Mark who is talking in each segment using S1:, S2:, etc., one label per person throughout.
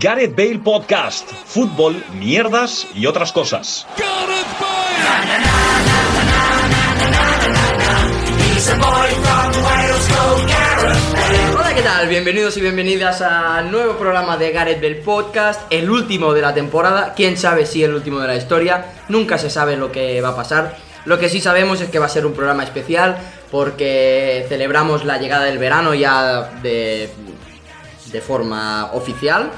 S1: Gareth Bale Podcast, fútbol, mierdas y otras cosas.
S2: Hola, ¿qué tal? Bienvenidos y bienvenidas a nuevo programa de Gareth Bell Podcast, el último de la temporada, quién sabe si el último de la historia, nunca se sabe lo que va a pasar. Lo que sí sabemos es que va a ser un programa especial porque celebramos la llegada del verano ya de, de forma oficial.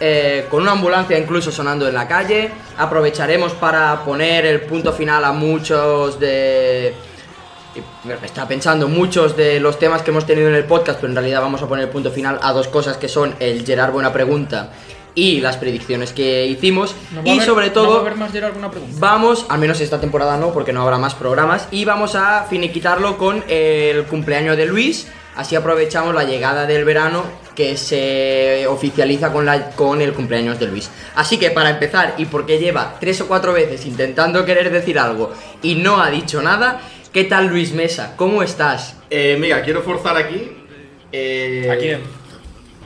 S2: eh, con una ambulancia incluso sonando en la calle, aprovecharemos para poner el punto final a muchos de y me está pensando muchos de los temas que hemos tenido en el podcast, pero en realidad vamos a poner el punto final a dos cosas que son el Gerard Buena Pregunta y las predicciones que hicimos.
S3: No va a
S2: y
S3: haber-
S2: sobre
S3: no va a
S2: todo
S3: haber más Gerard alguna pregunta.
S2: vamos, al menos esta temporada no, porque no habrá más programas, y vamos a finiquitarlo con el cumpleaños de Luis. Así aprovechamos la llegada del verano que se oficializa con, la, con el cumpleaños de Luis. Así que para empezar, y porque lleva tres o cuatro veces intentando querer decir algo y no ha dicho nada, ¿qué tal Luis Mesa? ¿Cómo estás?
S4: Eh, mira, quiero forzar aquí. eh,
S3: ¿A quién?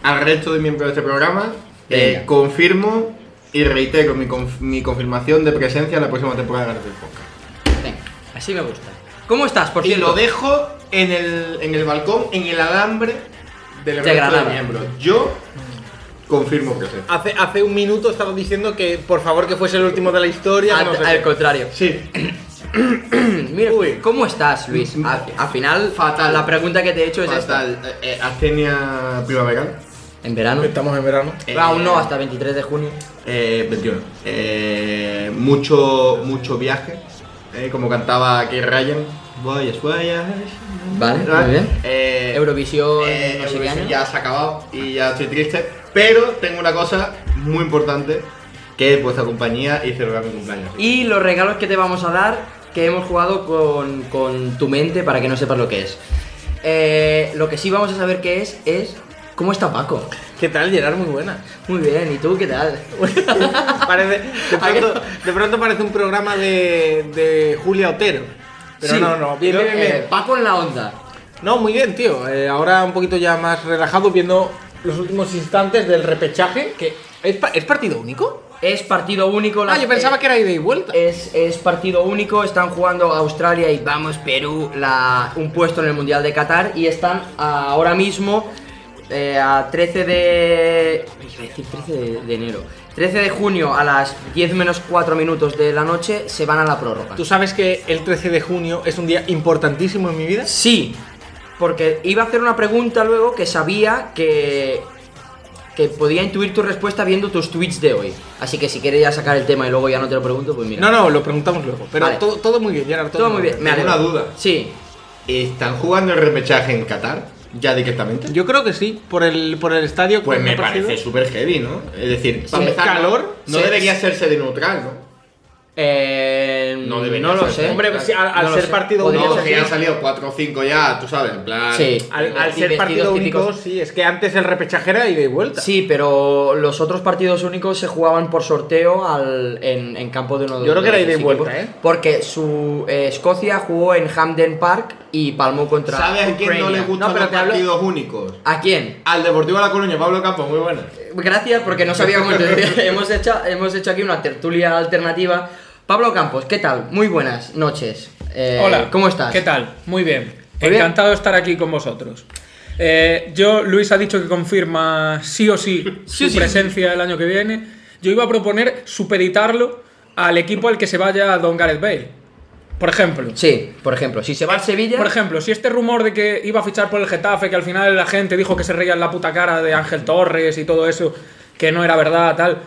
S4: Al resto de miembros de este programa. Eh,
S2: Venga.
S4: confirmo y reitero mi, conf- mi confirmación de presencia en la próxima temporada de del Podcast.
S2: Venga, así me gusta. ¿Cómo estás? Por
S4: Y
S2: cierto,
S4: lo dejo en el, en el balcón, en el alambre del resto
S2: Granada.
S4: de miembros. Yo confirmo presencia.
S5: Hace, hace un minuto estabas diciendo que por favor que fuese el último de la historia.
S2: al,
S5: no sé
S2: al
S5: qué.
S2: contrario.
S4: Sí,
S2: Mira, ¿cómo estás, Luis? Al, al final,
S4: Fatal.
S2: la pregunta que te he hecho es esta.
S4: fatal. Eh, eh, astenia primaveral.
S2: ¿En verano?
S5: Estamos en verano.
S4: Eh,
S2: Aún no, hasta 23 de junio.
S4: Eh, 21. Eh, mucho, mucho viaje. eh, como cantaba Kate Ryan. Vayas, vayas.
S2: Vale,
S4: ¿verdad?
S2: muy bien.
S4: Eh,
S2: Eurovisión,
S4: eh,
S2: no sé qué
S4: Eurovisión
S2: año.
S4: ya se ha acabado y ya estoy triste. Pero tengo una cosa muy importante que es vuestra compañía y celebrar mi cumpleaños.
S2: Y los regalos que te vamos a dar, que hemos jugado con, con tu mente para que no sepas lo que es. Eh, lo que sí vamos a saber qué es, es cómo está Paco.
S5: ¿Qué tal, Gerard? Muy buena.
S2: Muy bien, ¿y tú qué tal?
S5: Parece, de,
S2: ¿A qué?
S5: pronto, de pronto parece un programa de, de Julia Otero. Pero
S2: Sí,
S5: no, no, bien,
S2: creo
S5: bien,
S2: que
S3: eh,
S5: bien.
S2: Paco en la onda.
S5: No, muy bien, tío. Eh, ahora un poquito ya más relajado viendo los últimos instantes del repechaje. que ¿Es, pa- ¿es partido único? Eh,
S2: Es partido único. eh,
S5: Ah, yo pensaba que era ida y vuelta.
S2: Es, es partido único, están jugando Australia y vamos Perú la, un puesto en el Mundial de Qatar y están ahora mismo eh, a 13 de... iba a decir 13 de, de enero. 13 de junio a las 10 menos 4 minutos de la noche se van a la prórroga.
S5: Tú sabes que el 13 de junio es un día importantísimo en mi vida.
S2: Sí, porque iba a hacer una pregunta luego que sabía que, que podía intuir tu respuesta viendo tus tweets de hoy. Así que si quieres ya sacar el tema y luego ya no te lo pregunto, pues mira.
S5: No, no, lo preguntamos luego. Pero
S2: Vale.
S5: todo, todo muy bien, Gerard.
S2: Todo muy bien, me alegro.
S4: Tengo una duda.
S2: Sí,
S4: ¿Están jugando el repechaje en Qatar? ¿Ya directamente?
S5: Yo creo que sí, por el, por el estadio.
S4: Pues
S5: que
S4: me
S5: ha parecido.
S4: parece súper heavy, ¿no? Es decir, para
S2: Sí.
S4: empezar, no-
S5: Calor,
S4: no
S2: sí.
S4: debería hacerse de neutral, ¿no?
S2: Eh,
S4: No debería
S2: no lo
S4: ser.
S2: sé.
S5: Hombre, pues sí, al- al
S2: lo
S5: ser
S2: sé.
S5: partido
S2: Podría
S4: No,
S5: único,
S2: ser
S4: que
S2: que
S4: han
S2: no.
S4: salido 4 o 5 ya, tú sabes, en plan.
S2: Sí.
S5: Al, al
S2: Y
S5: ser partido
S2: vestidos
S5: único,
S2: típicos.
S5: sí, es que antes el repechajera era ida y vuelta.
S2: Sí, pero los otros partidos únicos se jugaban por sorteo al, en, en campo de uno de
S5: Yo creo que era
S2: de
S5: ida y
S2: los
S5: vuelta,
S2: equipos,
S5: ¿eh?
S2: Porque su eh, Escocia jugó en Hampden Park y palmó contra.
S4: ¿Sabes a quién no
S2: Ucrania.
S4: le gustan
S5: No, pero
S4: los
S5: te hablo-
S4: partidos únicos?
S2: ¿A quién?
S4: Al Deportivo La Coruña, Pablo Campos, muy buena.
S2: Gracias, porque no sabía cómo te decía. hemos, hecho, hemos hecho aquí una tertulia alternativa. Pablo Campos, ¿qué tal? Muy buenas noches. Eh,
S3: Hola.
S2: ¿Cómo estás?
S3: ¿Qué tal? Muy bien.
S2: Muy bien.
S3: Encantado de estar aquí con vosotros. Eh, yo, Luis ha dicho que confirma sí o sí
S2: Sí o
S3: su
S2: sí.
S3: presencia el año que viene. Yo iba a proponer supeditarlo al equipo al que se vaya Don Gareth Bale. Por ejemplo.
S2: Sí, por ejemplo, si se va al Sevilla.
S3: Por ejemplo, si este rumor de que iba a fichar por el Getafe, que al final la gente dijo que se reía en la puta cara de Ángel Torres y todo eso, que no era verdad, tal.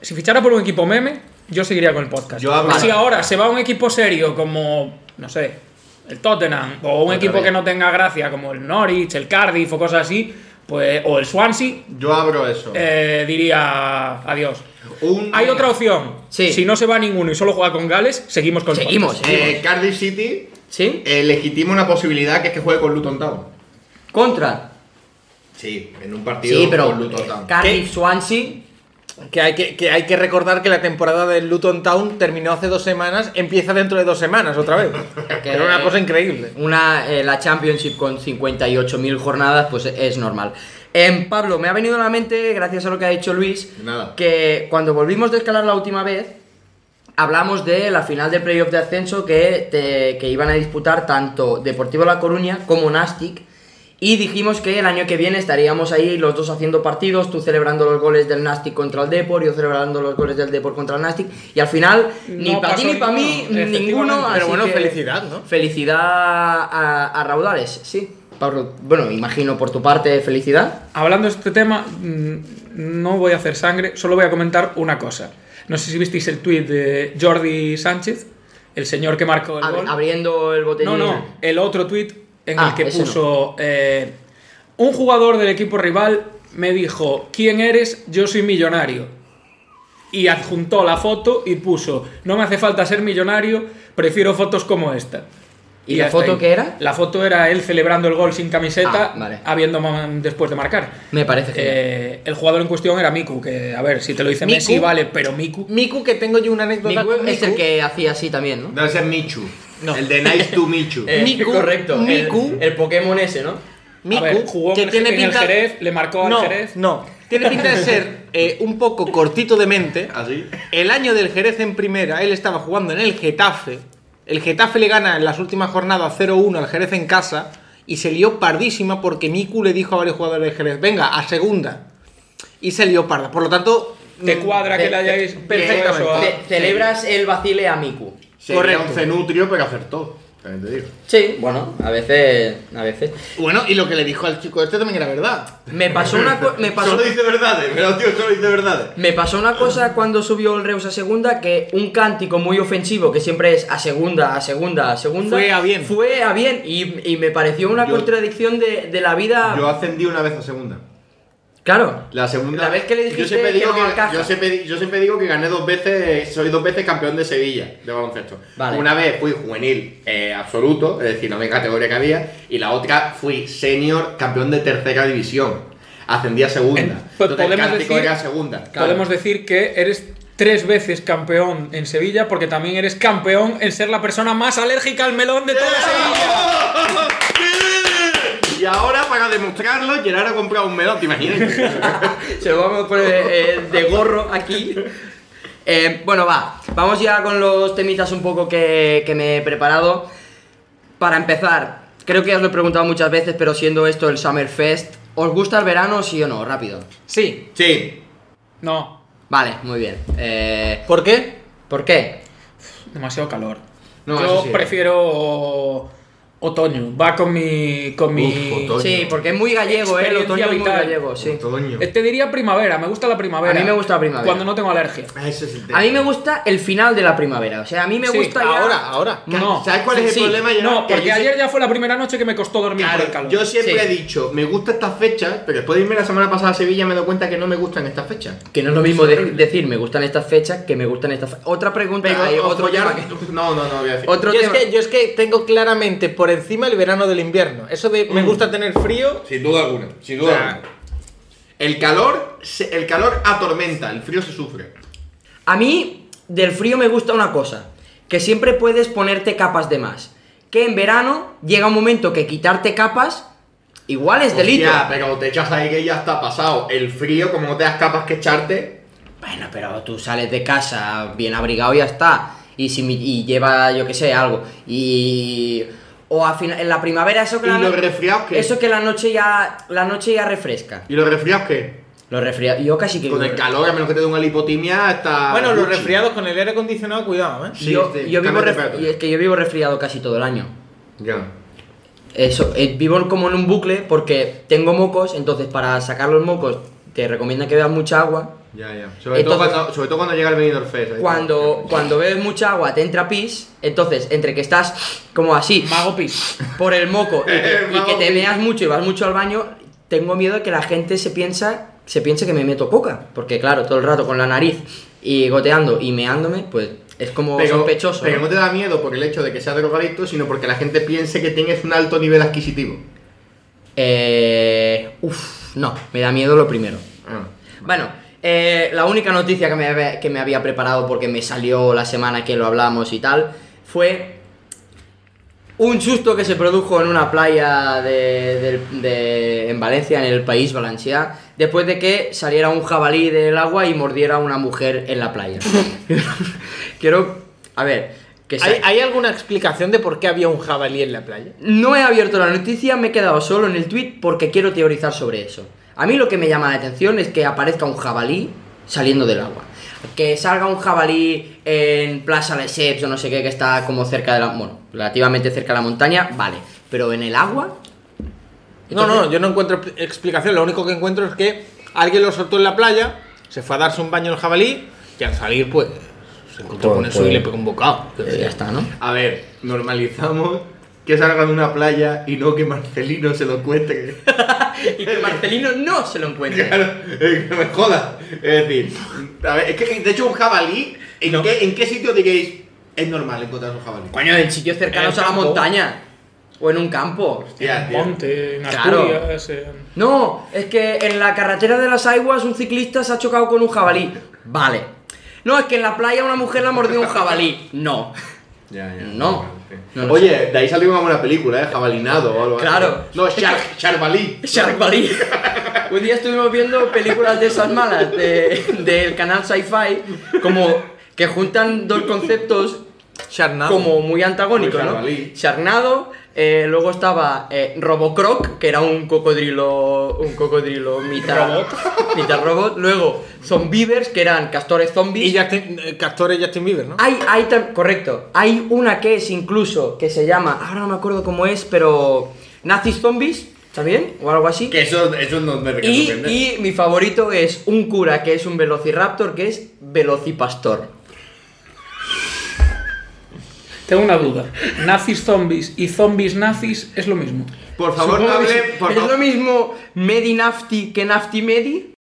S3: Si fichara por un equipo meme, yo seguiría con el podcast.
S4: Yo hablo-
S3: Si ahora se va a un equipo serio como, no sé, el Tottenham, o un
S4: Otra
S3: equipo
S4: vez.
S3: que no tenga gracia como el Norwich, el Cardiff o cosas así, pues, o el Swansea,
S4: Yo abro eso.
S3: eh, diría adiós.
S4: Un-
S3: Hay otra opción.
S2: Sí.
S3: Si no se va ninguno y solo juega con Gales, seguimos con el
S2: Seguimos,
S3: podcast.
S4: Eh, Cardiff City
S2: ¿Sí?
S4: eh, legitima una posibilidad que es que juegue con Luton Town.
S2: Contra.
S4: Sí, en un partido
S2: Sí, pero eh,
S4: con Luton Town.
S2: Cardiff, Swansea.
S5: Que hay que, que hay que recordar que la temporada del Luton Town terminó hace dos semanas, empieza dentro de dos semanas otra vez.
S2: Que-
S5: Era una cosa increíble.
S2: Una, eh, la Championship con 58.000 jornadas, pues es normal. Em, Pablo, me ha venido a la mente, gracias a lo que ha dicho Luis,
S4: Nada.
S2: que cuando volvimos de escalar la última vez, hablamos de la final del playoff de ascenso que, te- que iban a disputar tanto Deportivo La Coruña como Nastic. Y dijimos que el año que viene estaríamos ahí los dos haciendo partidos, tú celebrando los goles del Nastic contra el Depor, yo celebrando los goles del Depor contra el Nastic. Y al final, ni
S3: No
S2: para ti
S3: pasó
S2: ni para mí,
S3: ninguno,
S2: ninguno.
S3: efectivamente.
S2: así
S5: Pero bueno,
S2: que-
S5: felicidad, ¿no?
S2: Felicidad a, a Raudales, sí. Pablo, bueno, imagino por tu parte felicidad.
S3: Hablando de este tema, mm, no voy a hacer sangre, solo voy a comentar una cosa. No sé si visteis el tuit de Jordi Sánchez, el señor que marcó el
S2: Ab-
S3: gol.
S2: abriendo el
S3: No,
S2: botellín.
S3: no, el otro tuit en
S2: Ah,
S3: el que
S2: ese no.
S3: puso eh, un jugador del equipo rival me dijo, ¿quién eres? Yo soy millonario. Y adjuntó la foto y puso, no me hace falta ser millonario, prefiero fotos como esta.
S2: ¿Y la
S3: hasta
S2: foto
S3: ahí.
S2: qué era?
S3: La foto era él celebrando el gol sin camiseta,
S2: Ah, vale.
S3: habiendo man- después de marcar.
S2: Me parece genial.
S3: Eh, el jugador en cuestión era Miku, que a ver, si te lo dice
S2: Miku.
S3: Messi, vale, pero Miku.
S5: Miku, que tengo yo una anécdota.
S2: Miku
S5: con
S2: es el
S5: Miku.
S2: que hacía así también, ¿no?
S4: Debe ser Michu. El de Nice to Michu.
S2: Eh,
S5: Miku,
S2: correcto. el-
S5: Miku.
S2: El, Pokémon ese, ¿no?
S5: Miku,
S3: a ver, jugó
S5: que
S3: en, el-
S5: tiene
S3: en
S5: pinta...
S3: el Jerez, le marcó al
S5: no,
S3: Jerez.
S5: no. Tiene pinta de ser eh, un poco cortito de mente.
S4: Así.
S5: El año del Jerez en primera, él estaba jugando en el Getafe. El Getafe le gana en las últimas jornadas 0-1 al Jerez en casa. Y se lió pardísima porque Miku le dijo a varios jugadores del Jerez, venga, a segunda. Y se lió parda. Por lo tanto... mm,
S3: Te cuadra
S5: te-
S3: que le hayáis.
S5: perfectamente.
S3: eso a-
S2: Ce- celebras el vacile a Miku.
S4: Sería
S5: correcto.
S4: un cenutrio, pero acertó. También te digo.
S2: Sí, bueno, a veces. A veces.
S5: Bueno, y lo que le dijo al chico este también era verdad.
S2: Me pasó una co- me pasó
S4: Solo dice verdades, pero tío solo dice verdades.
S2: Me pasó una cosa cuando subió el Reus a segunda, que un cántico muy ofensivo, que siempre es a segunda, a segunda, a segunda.
S5: Fue a bien.
S2: Fue a bien. Y, y me pareció una
S4: Yo-
S2: contradicción de, de la vida.
S4: Yo ascendí una vez a segunda.
S2: claro.
S4: La segunda.
S2: La vez que le dijiste
S4: yo siempre
S2: que
S4: digo
S2: no encaja.
S4: yo, siempre, di- yo siempre digo que gané dos veces, soy dos veces campeón de Sevilla de baloncesto.
S2: Vale.
S4: Una vez fui juvenil eh, absoluto, es decir, la única categoría que había, y la otra fui senior campeón de tercera división. Ascendí a segunda.
S3: En-
S2: Eh, pues
S4: Entonces, el
S3: podemos
S4: cántico
S3: decir-
S4: era segunda.
S3: Podemos decir que eres tres veces campeón en Sevilla, porque también eres campeón en ser la persona más alérgica al melón de toda Sevilla.
S4: Y ahora, para demostrarlo, Gerard ha comprado un melón, ¿te imaginas?
S2: Se lo vamos a poner eh, de gorro aquí. Eh, bueno, va. Vamos ya con los temitas un poco que, que me he preparado. Para empezar, creo que ya os lo he preguntado muchas veces, pero siendo esto el Summer Fest, ¿os gusta el verano, sí o no? Rápido.
S5: Sí.
S4: sí.
S3: No,
S2: Vale, muy bien. Eh,
S5: ¿Por qué?
S2: ¿Por qué?
S3: demasiado calor.
S4: No, eso
S3: Yo
S4: sí.
S3: prefiero otoño. Va con mi. Con mi...
S4: Uf, otoño.
S2: Sí, porque es muy gallego, ¿eh? El otoño
S3: Experiencia
S2: es muy
S3: vital.
S2: gallego, sí.
S4: Otoño.
S3: Eh, Te diría primavera, me gusta la primavera.
S2: A mí me gusta la primavera.
S3: Cuando no tengo alergia.
S4: Ese es el tema.
S2: A mí me gusta el final de la primavera. O sea, a mí me
S3: Sí,
S2: gusta ya-
S5: Ahora, ahora.
S3: No,
S4: ¿Sabes cuál es el
S2: Sí,
S4: problema, Gerard?
S3: no,
S4: Que yo
S3: porque
S4: sí-
S3: ayer ya fue la primera noche que me costó dormir por el
S4: Claro,
S3: calor.
S4: yo siempre
S2: Sí.
S4: he dicho, me gusta estas fechas, pero después de irme la semana pasada a Sevilla me doy cuenta que no me gustan estas fechas.
S2: Que no es lo mismo de- decir me gustan estas fechas que me gustan estas fechas. Otra pregunta,
S4: Pero
S2: hay
S4: o
S2: otro tema
S4: follar-
S2: que-
S4: No, no, no voy a decir.
S2: Otro
S5: yo, es
S2: tema.
S5: que, yo es que tengo claramente por encima el verano del invierno. Eso de me gusta tener frío.
S4: Sin duda alguna, sin
S5: duda alguna.
S4: El calor, se- el calor atormenta, el frío se sufre.
S2: A mí, del frío me gusta una cosa, que siempre puedes ponerte capas de más. Que en verano llega un momento que quitarte capas igual es delito.
S4: Ya, pero te echas ahí que ya está pasado. El frío, como no te das capas que echarte,
S2: Bueno, pero tú sales de casa bien abrigado y ya está. Y, si, mi- y lleva, yo qué sé, algo. Y. O al final, en la primavera, eso que,
S4: ¿Y
S2: la, no-
S4: los resfriados qué?
S2: eso que la noche ya la noche ya refresca.
S4: ¿y los resfriados qué?
S2: Los resfriados. Yo casi que.
S4: Con el calor, a menos que te dé una lipotimia, hasta.
S5: bueno, los
S4: Gucci.
S5: resfriados con el aire acondicionado, cuidado, ¿eh?
S4: Sí,
S2: yo,
S4: sí,
S2: yo vivo
S4: cambia
S2: ref-
S4: temperatura.
S2: y es que yo vivo resfriado casi todo el año.
S4: Ya.
S2: Eso, eh, vivo como en un bucle porque tengo mocos, entonces para sacar los mocos te recomiendan que bebas mucha agua.
S4: Ya, ya. Sobre, todo,
S2: Entonces-
S4: cuando, sobre todo cuando llega el Benidorm Fest. ahí.
S2: Cuando, cuando bebes mucha agua te entra pis, entonces entre que estás como así,
S3: Mago Pis.
S2: por el moco y que, y
S4: Vamos.
S2: que te veas mucho y vas mucho al baño, tengo miedo de que la gente se piensa, se piense que me meto coca, porque claro, todo el rato con la nariz y goteando y meándome, pues es como sospechoso.
S4: pero
S2: ¿no?
S4: ¿no? te da miedo por el hecho de que seas drogadicto, sino porque la gente piense que tienes un alto nivel adquisitivo.
S2: Eh, uf, no, me da miedo lo primero.
S4: Ah.
S2: Bueno, eh, la única noticia que me, había, que me había preparado porque me salió la semana que lo hablamos y tal fue Un susto que se produjo en una playa de, de- de- en Valencia, en el país valenciano, después de que saliera un jabalí del agua y mordiera a una mujer en la playa. Quiero, a ver, que se-
S5: ¿Hay, hay alguna explicación de por qué había un jabalí en la playa?
S2: No he abierto la noticia, me he quedado solo en el tweet porque quiero teorizar sobre eso. A mí lo que me llama la atención es que aparezca un jabalí saliendo del agua. Que salga un jabalí en Plaza Lesseps o no sé qué, que está como cerca de la. Bueno, relativamente cerca de la montaña, vale. Pero en el agua.
S5: No,
S2: Entonces-
S5: no, yo no encuentro pl- explicación. Lo único que encuentro es que alguien lo soltó en la playa, se fue a darse un baño el jabalí y al salir, pues, se encontró
S6: Pues,
S5: con eso
S6: pues.
S5: y le pegó un bocado.
S2: eh, ya está, ¿no?
S4: A ver, normalizamos que salga de una playa y no que Marcelino se lo encuentre.
S2: Y que Marcelino no se lo encuentre.
S4: Claro, eh, que me joda. Es decir, a ver, es que de hecho un jabalí, ¿en, qué, en qué sitio diréis es normal encontrar un jabalí?
S2: Coño, en sitios cercanos
S3: En el
S2: a la
S3: campo.
S2: montaña. O en un campo.
S4: Hostia, tío.
S3: Monte, en
S2: Claro.
S3: Asturias. en-
S2: No, es que en la carretera de las aguas un ciclista se ha chocado con un jabalí. Vale. No, es que en la playa una mujer la ha mordido un jabalí. No.
S4: Ya, ya.
S2: No. No lo
S4: Oye, de ahí salió una buena película, ¿eh? Jabalinado o algo así.
S2: Claro.
S4: No, Shark, Charbalí.
S2: Sharkbalí. Un día estuvimos viendo películas de esas malas de- del canal Sci-Fi, como que juntan dos conceptos
S5: Charnado.
S2: como muy antagónicos,
S4: Muy
S2: ¿no?
S4: jabalí.
S2: Sharknado, eh, luego estaba eh, Robocroc, que era un cocodrilo, un cocodrilo mitad robot, mitad robot. Luego Zombivers, que eran castores zombies.
S5: Y Justin, eh, Castores Justin Bieber, ¿no?
S2: Hay, hay tam- correcto. Hay una que es incluso que se llama, ahora no me acuerdo cómo es, pero Nazis Zombies, ¿también? O algo así.
S4: Que eso, eso no me
S2: Y,
S4: recomiendo.
S2: y mi favorito es un cura que es un velociraptor que es velocipastor.
S3: Tengo una duda. Nazis zombies y zombies nazis es lo mismo.
S4: Por favor, no
S2: Supongo que
S4: hable.
S2: sí.
S4: Por
S2: ¿Es lo
S4: favor.
S2: mismo Medi Nafti que Nafti Medi?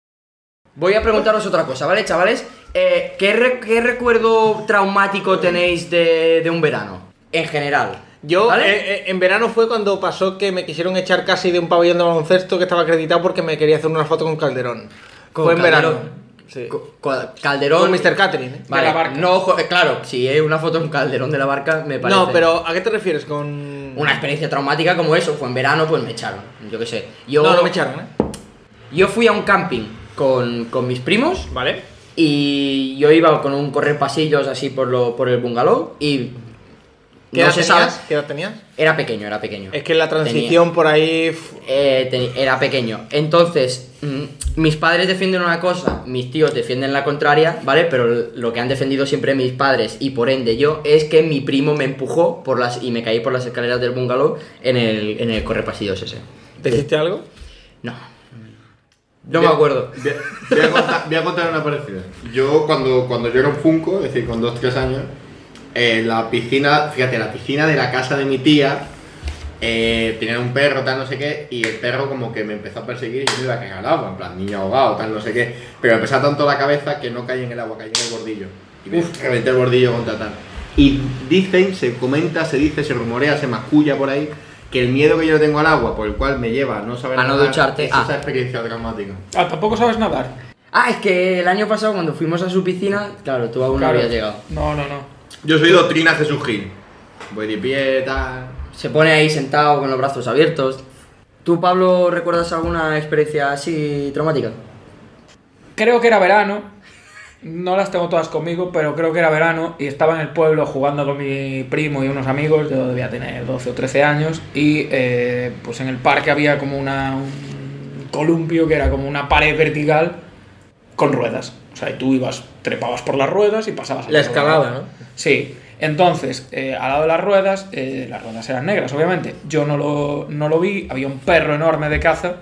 S2: Voy a preguntaros otra cosa, ¿vale, chavales? Eh, ¿qué, re- qué recuerdo traumático tenéis de, de un verano? En general.
S5: Yo
S2: ¿vale?
S5: eh, eh, en verano fue cuando pasó que me quisieron echar casi de un pabellón de baloncesto que estaba acreditado porque me quería hacer una foto con Calderón.
S2: Con
S5: fue en
S2: Calderón.
S5: verano. Sí. Con,
S2: Co- co- Calderón.
S5: Mr. Catherine. ¿eh?
S2: Vale,
S3: De la barca.
S2: no, jo- eh, claro, si es una foto de un calderón de la barca, me parece.
S5: No, pero ¿a qué te refieres? Con.
S2: Una experiencia traumática como eso, fue en verano, pues me echaron. Yo qué sé. Yo,
S5: No, no me echaron, ¿eh?
S2: Yo fui a un camping con, con mis primos
S5: Vale.
S2: y yo iba con un correr pasillos así por, lo, por el bungalow y.
S5: ¿Qué, edad
S2: no se sabe.
S5: tenías? ¿Qué edad tenías?
S2: Era pequeño, era pequeño.
S5: Es que la
S2: Tenía-
S5: transición por ahí. f-
S2: Eh, teni- era pequeño. Entonces, mm, mis padres defienden una cosa, mis tíos defienden la contraria, ¿vale? Pero l- lo que han defendido siempre mis padres y por ende yo es que mi primo me empujó por las y me caí por las escaleras del bungalow en el, en el correpasillos ese.
S5: ¿Te hiciste algo?
S2: No. No me acuerdo.
S4: Voy a, voy a contar, voy a contar una parecida. Yo, cuando, cuando yo era un Funko, es decir, con 2-3 años, eh, la piscina, fíjate, la piscina de la casa de mi tía, eh, tenía un perro, tal, no sé qué, y el perro como que me empezó a perseguir y yo me iba a caer al agua, en plan, niño ahogado, tal, no sé qué. Pero me pesaba tanto la cabeza que no caí en el agua, caí en el bordillo. Y me reventé el bordillo contra tal. Y dicen, se comenta, se dice, se rumorea, se masculla por ahí, que el miedo que yo tengo al agua, por el cual me lleva a no saber
S2: A no
S4: nadar,
S2: ducharte,
S4: es
S2: ah.
S4: esa experiencia dramática.
S3: Ah, tampoco sabes nadar.
S2: Ah, es que el año pasado cuando fuimos a su piscina, claro, tú aún no
S3: Claro.
S2: habías llegado.
S3: No, no, no.
S4: Yo soy doctrina Jesús Gil. Voy de pie, tal.
S2: Se pone ahí sentado con los brazos abiertos. ¿Tú, Pablo, recuerdas alguna experiencia así traumática?
S3: Creo que era verano. No las tengo todas conmigo, pero creo que era verano y estaba en el pueblo jugando con mi primo y unos amigos. Yo debía tener 12 o 13 años y eh, pues en el parque había como una, un columpio que era como una pared vertical con ruedas. O sea, y tú ibas, trepabas por las ruedas y pasabas. al
S5: La
S3: otro lado.
S5: escalada, ¿no?
S3: Sí, entonces, eh, al lado de las ruedas, eh, las ruedas eran negras, obviamente. Yo no lo, no lo vi, había un perro enorme de caza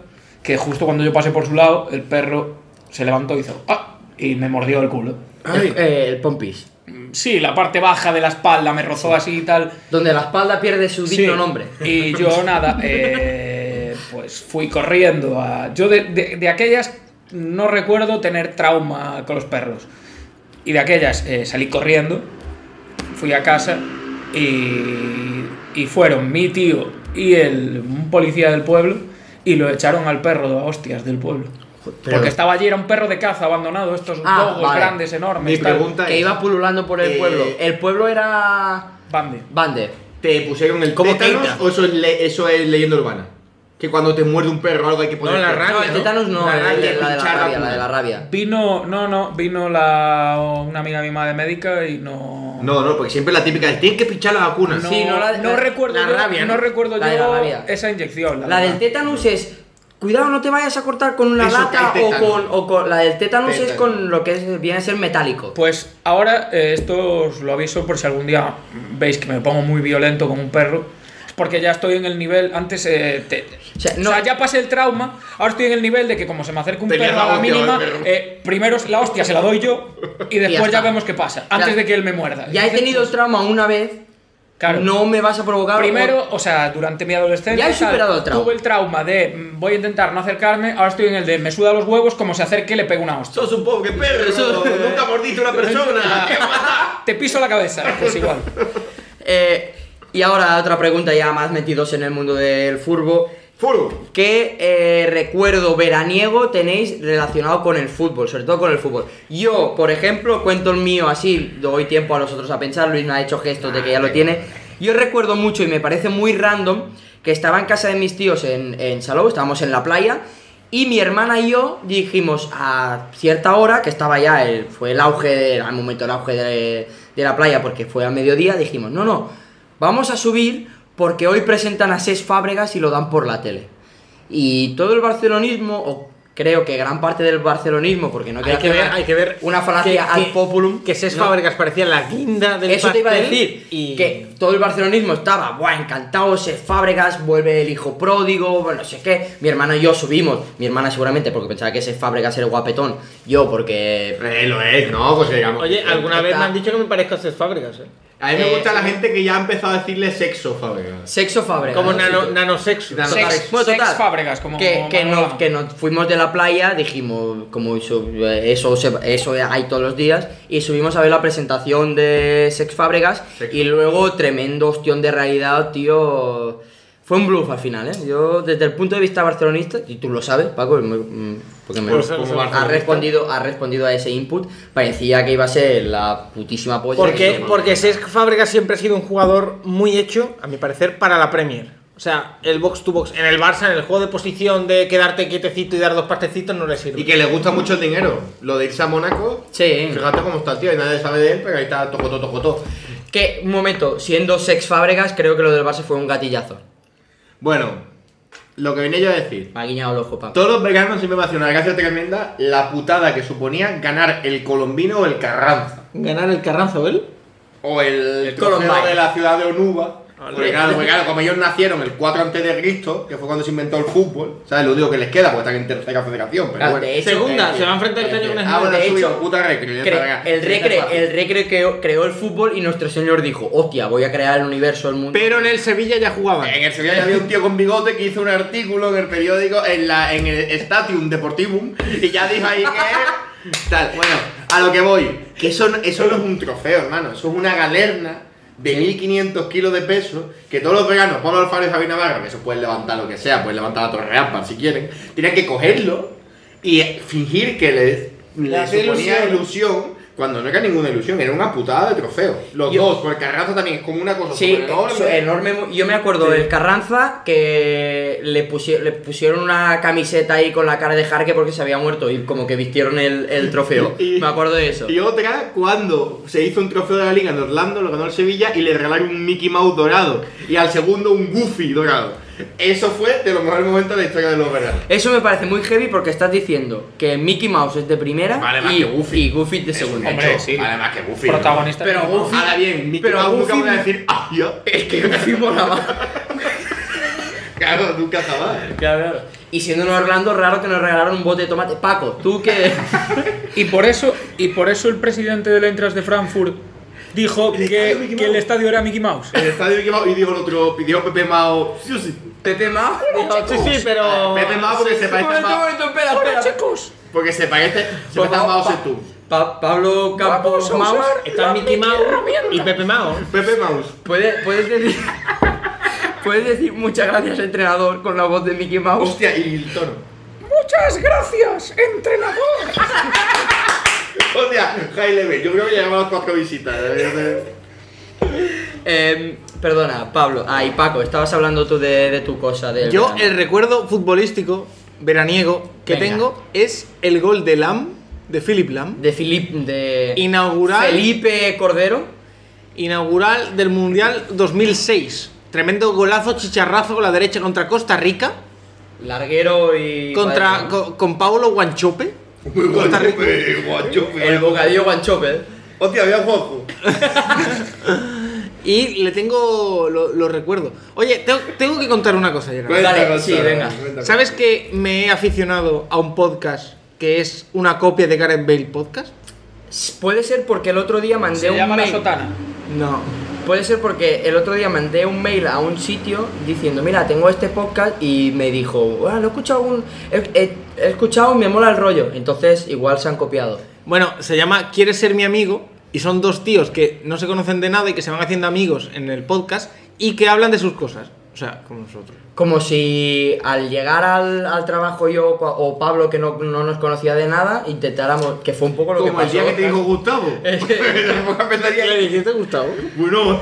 S3: que justo cuando yo pasé por su lado, el perro se levantó y hizo ¡Ah! y me mordió el culo.
S2: El, eh, el pompis.
S3: Mm, Sí, la parte baja de la espalda me rozó así y tal.
S2: Donde la espalda pierde su digno
S3: Sí.
S2: nombre.
S3: Y yo nada, eh, pues fui corriendo a... Yo de, de- de aquellas no recuerdo tener trauma con los perros. Y de aquellas eh, salí corriendo, fui a casa y, y fueron mi tío y el, un policía del pueblo y lo echaron al perro de hostias del pueblo.
S2: pero-
S3: Porque estaba allí, era un perro de caza abandonado, estos
S2: Ah,
S3: dogos
S2: vale.
S3: grandes, enormes.
S4: Mi
S3: tal.
S4: pregunta-
S2: Que iba pululando por el
S4: Eh,
S2: pueblo. El pueblo era.
S3: Bande.
S2: Bande.
S4: te pusieron el
S5: Como
S4: tétanos
S5: Keita.
S4: o eso es, le- eso es leyenda urbana? Que cuando te muerde un perro o algo hay que poner
S5: la
S4: tétanos.
S2: No,
S5: rabia,
S2: el
S5: ¿no?
S2: tétanos no,
S4: La
S2: el-
S4: rabia,
S2: el- la de la
S4: pinchar la
S2: rabia, la
S4: punta.
S2: de la rabia.
S3: Vino, no, no, vino la, una amiga mía de médica y no.
S4: No, no, porque siempre la típica es tienes que pinchar las vacunas.
S2: Sí, no, la-
S3: no
S2: la-
S3: recuerdo
S5: la
S3: yo,
S5: rabia,
S3: no
S5: ¿no?
S3: recuerdo
S2: La de
S3: yo
S2: la rabia.
S3: esa inyección. La,
S2: La del
S3: verdad.
S2: tétanos es. Cuidado, no te vayas a cortar con una
S4: Eso
S2: lata
S4: que hay
S2: o
S4: tétano.
S2: con, o con- La del tétanos es
S4: Tétano.
S2: con lo que es- viene a ser metálico.
S3: Pues ahora eh, esto os lo aviso por si algún día veis que me pongo muy violento con un perro. es Porque ya estoy en el nivel. Antes. eh, te-
S2: O
S3: o,
S2: sea,
S3: sea,
S2: no-
S3: ya pasé el trauma. Ahora estoy en el nivel de que, como se me acerca un
S4: Tenías
S3: perro a
S4: la
S3: la
S4: hostia,
S3: mínima,
S4: el perro.
S3: eh, primero la hostia se la doy yo y después ya,
S2: está.
S3: vemos qué pasa. Antes
S2: Ya-
S3: de que él me muerda.
S2: Ya he
S3: Entonces,
S2: tenido
S3: pues,
S2: trauma una vez.
S3: claro.
S2: No me vas a provocar.
S3: Primero, o sea, durante mi
S2: Ya
S3: adolescencia.
S2: he
S3: tal,
S2: superado el trauma.
S3: Tuve el trauma de mm, voy a intentar no acercarme. Ahora estoy en el de me suda los huevos, como se acerque le pego una hostia.
S4: Sos un pobre perro, nunca mordiste a una persona.
S3: Te piso la cabeza. Pues igual.
S2: Eh, y ahora otra pregunta ya más metidos en el mundo del furbo.
S4: Furo.
S2: ¿Qué eh, recuerdo veraniego tenéis relacionado con el fútbol? Sobre todo con el fútbol. Yo, por ejemplo, cuento el mío así, doy tiempo a los otros a pensar, Luis me ha hecho gestos de que ya lo tiene. Yo recuerdo mucho y me parece muy random que estaba en casa de mis tíos en, en Salou, estábamos en la playa, y mi hermana y yo dijimos a cierta hora, que estaba ya, el, fue el auge, de- al momento el auge de, de la playa, porque fue a mediodía, dijimos, no, no, vamos a subir porque hoy presentan a Ses Fábregas y lo dan por la tele. Y todo el barcelonismo, o creo que gran parte del barcelonismo, porque no
S5: Hay
S2: quiero
S5: que,
S2: hacer
S5: ver,
S2: una-
S5: hay que ver.
S2: una falacia
S5: que-
S2: ad
S5: que-
S2: populum.
S5: Que Ses
S2: ¿no?
S5: Fábregas parecía la guinda del
S2: Eso te iba a
S5: pastel
S2: decir,
S5: Y...
S2: que todo el barcelonismo estaba, buah, encantado, Ses Fábregas, vuelve el hijo pródigo, bueno, no sé qué. Mi hermano y yo subimos, mi hermana seguramente porque pensaba que Ses Fábregas era guapetón, yo porque...
S4: Eh, lo es, ¿no? Pues digamos.
S5: Oye,
S4: que-
S5: alguna vez
S2: está-
S5: me han dicho que me parezco a Ses Fábregas, ¿eh?
S4: A mí me
S2: eh,
S4: gusta la gente que ya ha empezado a decirle sexo, Fábregas.
S2: Sexo Fábregas.
S5: Como
S2: ¿no?
S5: nano-
S2: Sí, tú.
S5: nanosexo.
S4: Nano-
S2: Total.
S3: Sex-
S2: Bueno, total,
S3: Sex Fábregas, como-
S2: que,
S3: como
S2: que,
S3: Manolo
S2: nos,
S3: Lama.
S2: que nos fuimos de la playa, dijimos, como eso, eso, se- eso hay todos los días, y subimos a ver la presentación de Sex Fábregas,
S4: Sex.
S2: y luego tremendo ostión de realidad, tío. Fue un bluff al final, ¿eh? Yo, desde el punto de vista barcelonista, y tú lo sabes, Paco, me- mm, porque me
S4: Pues,
S2: lo-
S4: como
S2: ha
S4: barcelonista.
S2: respondido, ha respondido a ese input, parecía que iba a ser la putísima polla. que
S5: Porque,
S2: somos.
S5: porque Cesc Fábregas siempre ha sido un jugador muy hecho, a mi parecer, para la Premier. O sea, el box to box en el Barça, en el juego de posición de quedarte quietecito y dar dos pastecitos no le sirve.
S4: Y que le gusta mucho el dinero. Lo de irse a Mónaco.
S2: Sí.
S4: Fíjate cómo está el tío, y nadie sabe de él, pero ahí está tocotó, tocotó.
S2: Que, un momento, siendo Sex Fábregas, creo que lo del Barça fue un gatillazo.
S4: Bueno, lo que venía yo a decir.
S2: Me ha guiñado el ojo, Paco.
S4: Todos los veganos siempre me hacen una gracia tremenda la putada que suponía ganar el colombino o el carranza.
S5: ¿Ganar el Carranzo, él?
S4: O el,
S2: Columbine.
S4: trofeo de la ciudad de Onuba.
S5: Ole.
S4: Porque claro, porque claro, como ellos nacieron el 4 antes de Cristo, que fue cuando se inventó el fútbol, ¿sabes? Lo único que les queda, porque están en tercera federación, pero
S2: Ah,
S4: bueno.
S2: de hecho,
S5: Segunda,
S2: eh,
S5: se va a enfrentar el
S2: eh,
S5: cañón
S2: eh,
S5: con
S4: Ah, bueno,
S2: de
S4: ha subido
S2: hecho,
S4: puta recre. ya está,
S2: cre-
S4: venga.
S2: el recre,
S4: Ya está.
S2: el recre creó, creó el fútbol y nuestro señor dijo, hostia, voy a crear el universo, el mundo.
S5: Pero en el Sevilla ya jugaban.
S4: En el Sevilla ya había un tío con bigote que hizo un artículo en el periódico, en, la, en el Statium Deportivum, y ya dijo ahí que. Tal, bueno, a lo que voy. Que eso, no- eso no es un trofeo, hermano. Eso es una galerna de 1500 kilos de peso que todos los veganos, Pablo Alfaro y Javi Navarro, que eso pueden levantar lo que sea, pueden levantar la Torre Ampa si quieren, tienen que cogerlo y fingir que les,
S5: Le
S4: les
S5: hace
S4: suponía
S5: ilusión.
S4: ilusión. Cuando no era ninguna ilusión, era una putada de trofeo. Los
S2: Yo-
S4: dos, porque Carranza también es como una cosa
S2: Sí,
S4: superenorme.
S2: su- enorme. mu- Yo me acuerdo del Carranza que le, pusie- le pusieron una camiseta ahí con la cara de Jarque porque se había muerto y como que vistieron el, el trofeo.
S4: Y-
S2: me acuerdo de eso.
S4: Y otra, cuando se hizo un trofeo de la liga en Orlando, lo ganó el Sevilla y le regalaron un Mickey Mouse dorado. Y al segundo un Goofy dorado. Eso fue de los mejores momentos de la historia de los veranos.
S2: Eso me parece muy heavy porque estás diciendo que Mickey Mouse es de primera
S4: Vale, más
S2: y,
S4: que Goofy.
S2: y Goofy de segunda.
S3: Hombre, sí.
S4: Vale, más que Goofy.
S3: Protagonista.
S2: Pero Goofy-
S4: Ahora bien, Mickey
S2: Pero
S4: Mouse nunca
S2: Goofy-
S4: van a decir, ¡ah, yo!
S2: Es que Goofy molaba.
S4: Claro, nunca jamás.
S2: Y siendo un Orlando, raro que nos regalaron un bote de tomate. Paco, tú que.
S3: Y por eso, y por eso el presidente del Eintracht de Frankfurt dijo
S4: El
S3: que,
S4: estadio Mickey
S3: que el
S4: Mouse.
S3: estadio era Mickey Mouse.
S4: El estadio Mickey Mouse y dijo el otro, pidió Pepe Mao. Sí, sí.
S2: Pepe Mao.
S5: Sí, sí, pero.
S4: Pepe Mao porque se
S2: Un
S4: parece a
S2: momento, un
S4: Mao.
S2: momento, espera, espera.
S3: chicos!
S4: Porque se parece, se
S3: Pues
S2: Por
S4: parece a Mao
S2: favor, pa-
S4: Zedong.
S2: Pa- Pablo Campos Maus.
S5: Está Mickey Mouse y Pepe Mao.
S4: Pepe Mouse.
S2: ¿Puedes, puedes decir. puedes decir muchas gracias, entrenador, con la voz de Mickey Mouse.
S4: Hostia, y el tono.
S3: ¡Muchas gracias, entrenador!
S4: Hostia, high level. Yo creo que llegamos a las cuatro visitas. eh, eh.
S2: Eh, Perdona, Pablo. Ay, Paco, estabas hablando tú de, de tu cosa. Del
S5: Yo
S2: verano.
S5: el recuerdo futbolístico veraniego que
S2: Venga.
S5: tengo es el gol de Lam, de Philip Lam,
S2: De Filip. De.
S5: Inaugural.
S2: Felipe Cordero.
S5: inaugural del Mundial 2006. Tremendo golazo, chicharrazo con la derecha contra Costa Rica,
S2: Larguero y.
S5: contra,
S2: Padre, ¿no?
S5: co- con, Paulo Guanchope. Costa Rica.
S4: Guachope, guachope.
S2: El bocadillo Guanchope.
S4: Hostia, había Juanjo.
S5: Y le tengo. lo, lo recuerdo. Oye, tengo, tengo que contar una cosa, Gerard.
S4: Cuenta,
S2: Dale,
S4: Gonzalo,
S2: sí, venga.
S4: cuenta.
S5: ¿Sabes que me he aficionado a un podcast que es una copia de Gareth Bale podcast?
S2: Puede ser porque el otro día mandé
S3: Se
S2: un
S3: llama la
S2: mail.
S3: sotana.
S5: No.
S2: Puede ser porque el otro día mandé un mail a un sitio diciendo, mira, tengo este podcast y me dijo, bueno, he escuchado un... He, he- he escuchado y me mola el rollo. Entonces igual se han copiado.
S5: Bueno, se llama ¿Quieres ser mi amigo? Y son dos tíos que no se conocen de nada y que se van haciendo amigos en el podcast y que hablan de sus cosas. O sea, como nosotros.
S2: Como si al llegar al, al trabajo yo cua- o Pablo, que no, no nos conocía de nada, intentáramos, que fue un poco lo que
S4: Como el
S2: pasó.
S4: día que te dijo Gustavo.
S5: ¿Qué le dijiste, Gustavo?
S4: Bueno,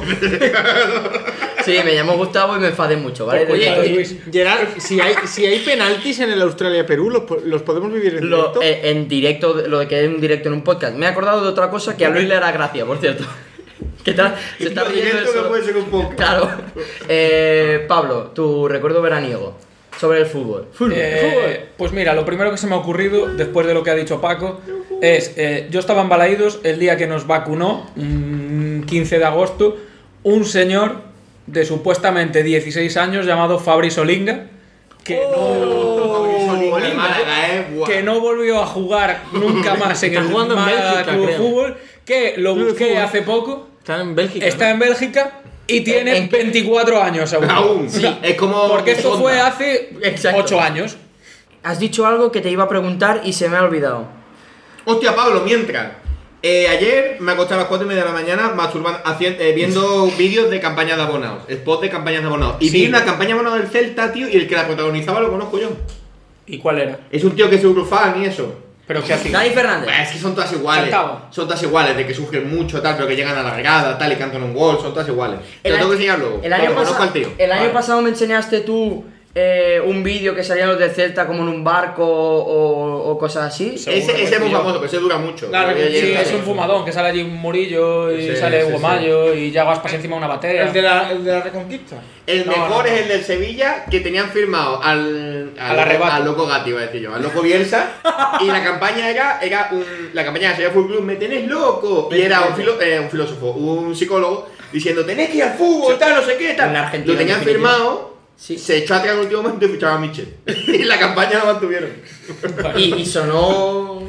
S2: Sí, me llamó Gustavo y me enfadé mucho, ¿vale?
S4: Pues
S3: Oye,
S2: Entonces,
S3: Luis.
S5: eh, Gerard, si hay, si hay penaltis en el Australia-Perú, ¿los, po- los podemos vivir en
S2: lo-
S5: directo?
S2: eh, en directo, lo de que es un directo en un podcast. Me he acordado de otra cosa que
S4: Pues
S2: a Luis le hará gracia, por cierto. ¿Qué tal? Se está
S4: Lo
S2: riendo
S4: directo
S2: eso.
S4: que puede ser un poco.
S2: Claro. Eh, Pablo, tu recuerdo veraniego sobre el fútbol. Fútbol,
S3: Eh, pues mira, lo primero que se me ha ocurrido, después de lo que ha dicho Paco, es, eh, yo estaba en Balaídos el día que nos vacunó, un 15 de agosto, un señor de supuestamente 16 años llamado Fabri Solinga, que,
S5: Oh,
S4: Olinga, Oh, Málaga, eh.
S3: no,
S4: Buah.
S3: que no volvió a jugar nunca más en
S5: Está
S3: el
S5: jugando en
S3: Málaga
S5: Bélgica,
S3: Club de
S5: creo.
S3: Fútbol, que lo
S5: Club de
S3: busqué
S5: Fútbol.
S3: hace poco,
S5: Están en Bélgica.
S3: está en Bélgica y tiene
S2: en qué?
S3: 24 años aún.
S4: Aún.
S3: O sea,
S4: Es como.
S5: Oh,
S3: Porque esto
S4: Onda.
S3: fue hace
S2: Exacto.
S3: 8 años.
S2: Has dicho algo que te iba a preguntar y se me ha olvidado.
S4: Hostia, Pablo, mientras. Eh, ayer me acosté a las 4 y media de la mañana masturbando, haciendo, eh, viendo vídeos de campañas de abonados, spots de campañas de abonados. Y
S3: Sí.
S4: vi una campaña de abonados del Celta, tío, y el que la protagonizaba lo conozco yo.
S3: ¿Y cuál era?
S4: Es un tío que es eurofan y eso.
S3: Pero qué hacía.
S2: Dani Fernández.
S4: Pues es que son todas iguales.
S3: Cantaba.
S4: Son todas iguales, de que surgen mucho, tal, pero que llegan a la regada, tal, y cantan un gol, son todas iguales. Te lo tengo que enseñar luego.
S2: el año,
S4: Pablo,
S2: pasa-
S4: conozco al tío.
S2: el año
S4: Vale.
S2: pasado me enseñaste tú eh, un vídeo que salían los de Celta como en un barco o, o cosas así.
S3: Sí.
S4: Ese, ese es muy
S3: Seguro.
S4: famoso, pero ese dura mucho.
S3: Claro,
S4: Yo
S3: que
S4: ayer
S3: sí,
S4: también.
S3: es un fumadón que sale allí un Murillo y
S4: Sí,
S3: sale
S4: sí,
S3: Guamayo y ya vas encima de una batería.
S5: El de, la, el de la Reconquista.
S4: El
S3: No,
S4: mejor
S3: no, no.
S4: es el del Sevilla que tenían firmado al,
S3: Al arrebato.
S4: al loco Gatti, iba a decir yo, al loco Bielsa. y la campaña era, era un, la campaña de Sevilla Fútbol Club, me tenés loco. Y era un, filo- eh, un filósofo, un psicólogo, diciendo, tenés que ir al fútbol, tal, no sé qué, tal.
S2: Un argentino,
S4: Lo tenían
S2: en definitiva.
S4: firmado,
S2: Sí.
S4: se echó atrás en el último momento y ficharon a Michel. y la campaña la mantuvieron.
S2: Y, y sonó.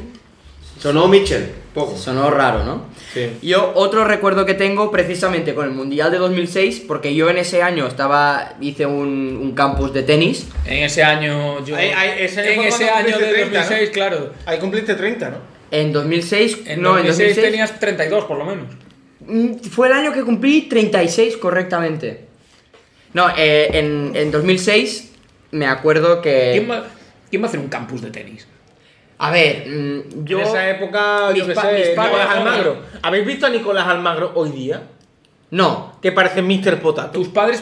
S4: Sonó Michel, poco.
S2: Sonó raro, ¿no?
S4: Sí.
S2: Yo otro recuerdo que tengo precisamente con el Mundial de 2006, porque yo en ese año estaba hice un, un campus de tenis.
S3: En ese año yo.
S5: Ahí- ahí, ese año
S3: en
S5: fue
S3: ese
S5: cuando
S3: año de
S5: cumpliste 30,
S3: 2006, claro.
S5: Ahí cumpliste 30, ¿no?
S2: En 2006,
S3: En
S2: no,
S3: 2006
S2: en 2006
S3: tenías 32 por lo menos.
S2: Mm, Fue el año que cumplí 36 correctamente. No, eh, en, en 2006 me acuerdo
S5: Eh.
S2: que...
S3: ¿Quién va, quién va a hacer un campus de tenis?
S2: A ver, mm, yo...
S5: en esa época, yo
S2: mis
S5: qué
S2: pa-
S5: sé,
S2: mis padres-
S5: Nicolás Almagro. ¿Habéis visto a Nicolás Almagro hoy día?
S2: No,
S5: Que parece Mr. Potato.
S3: ¿Tus padres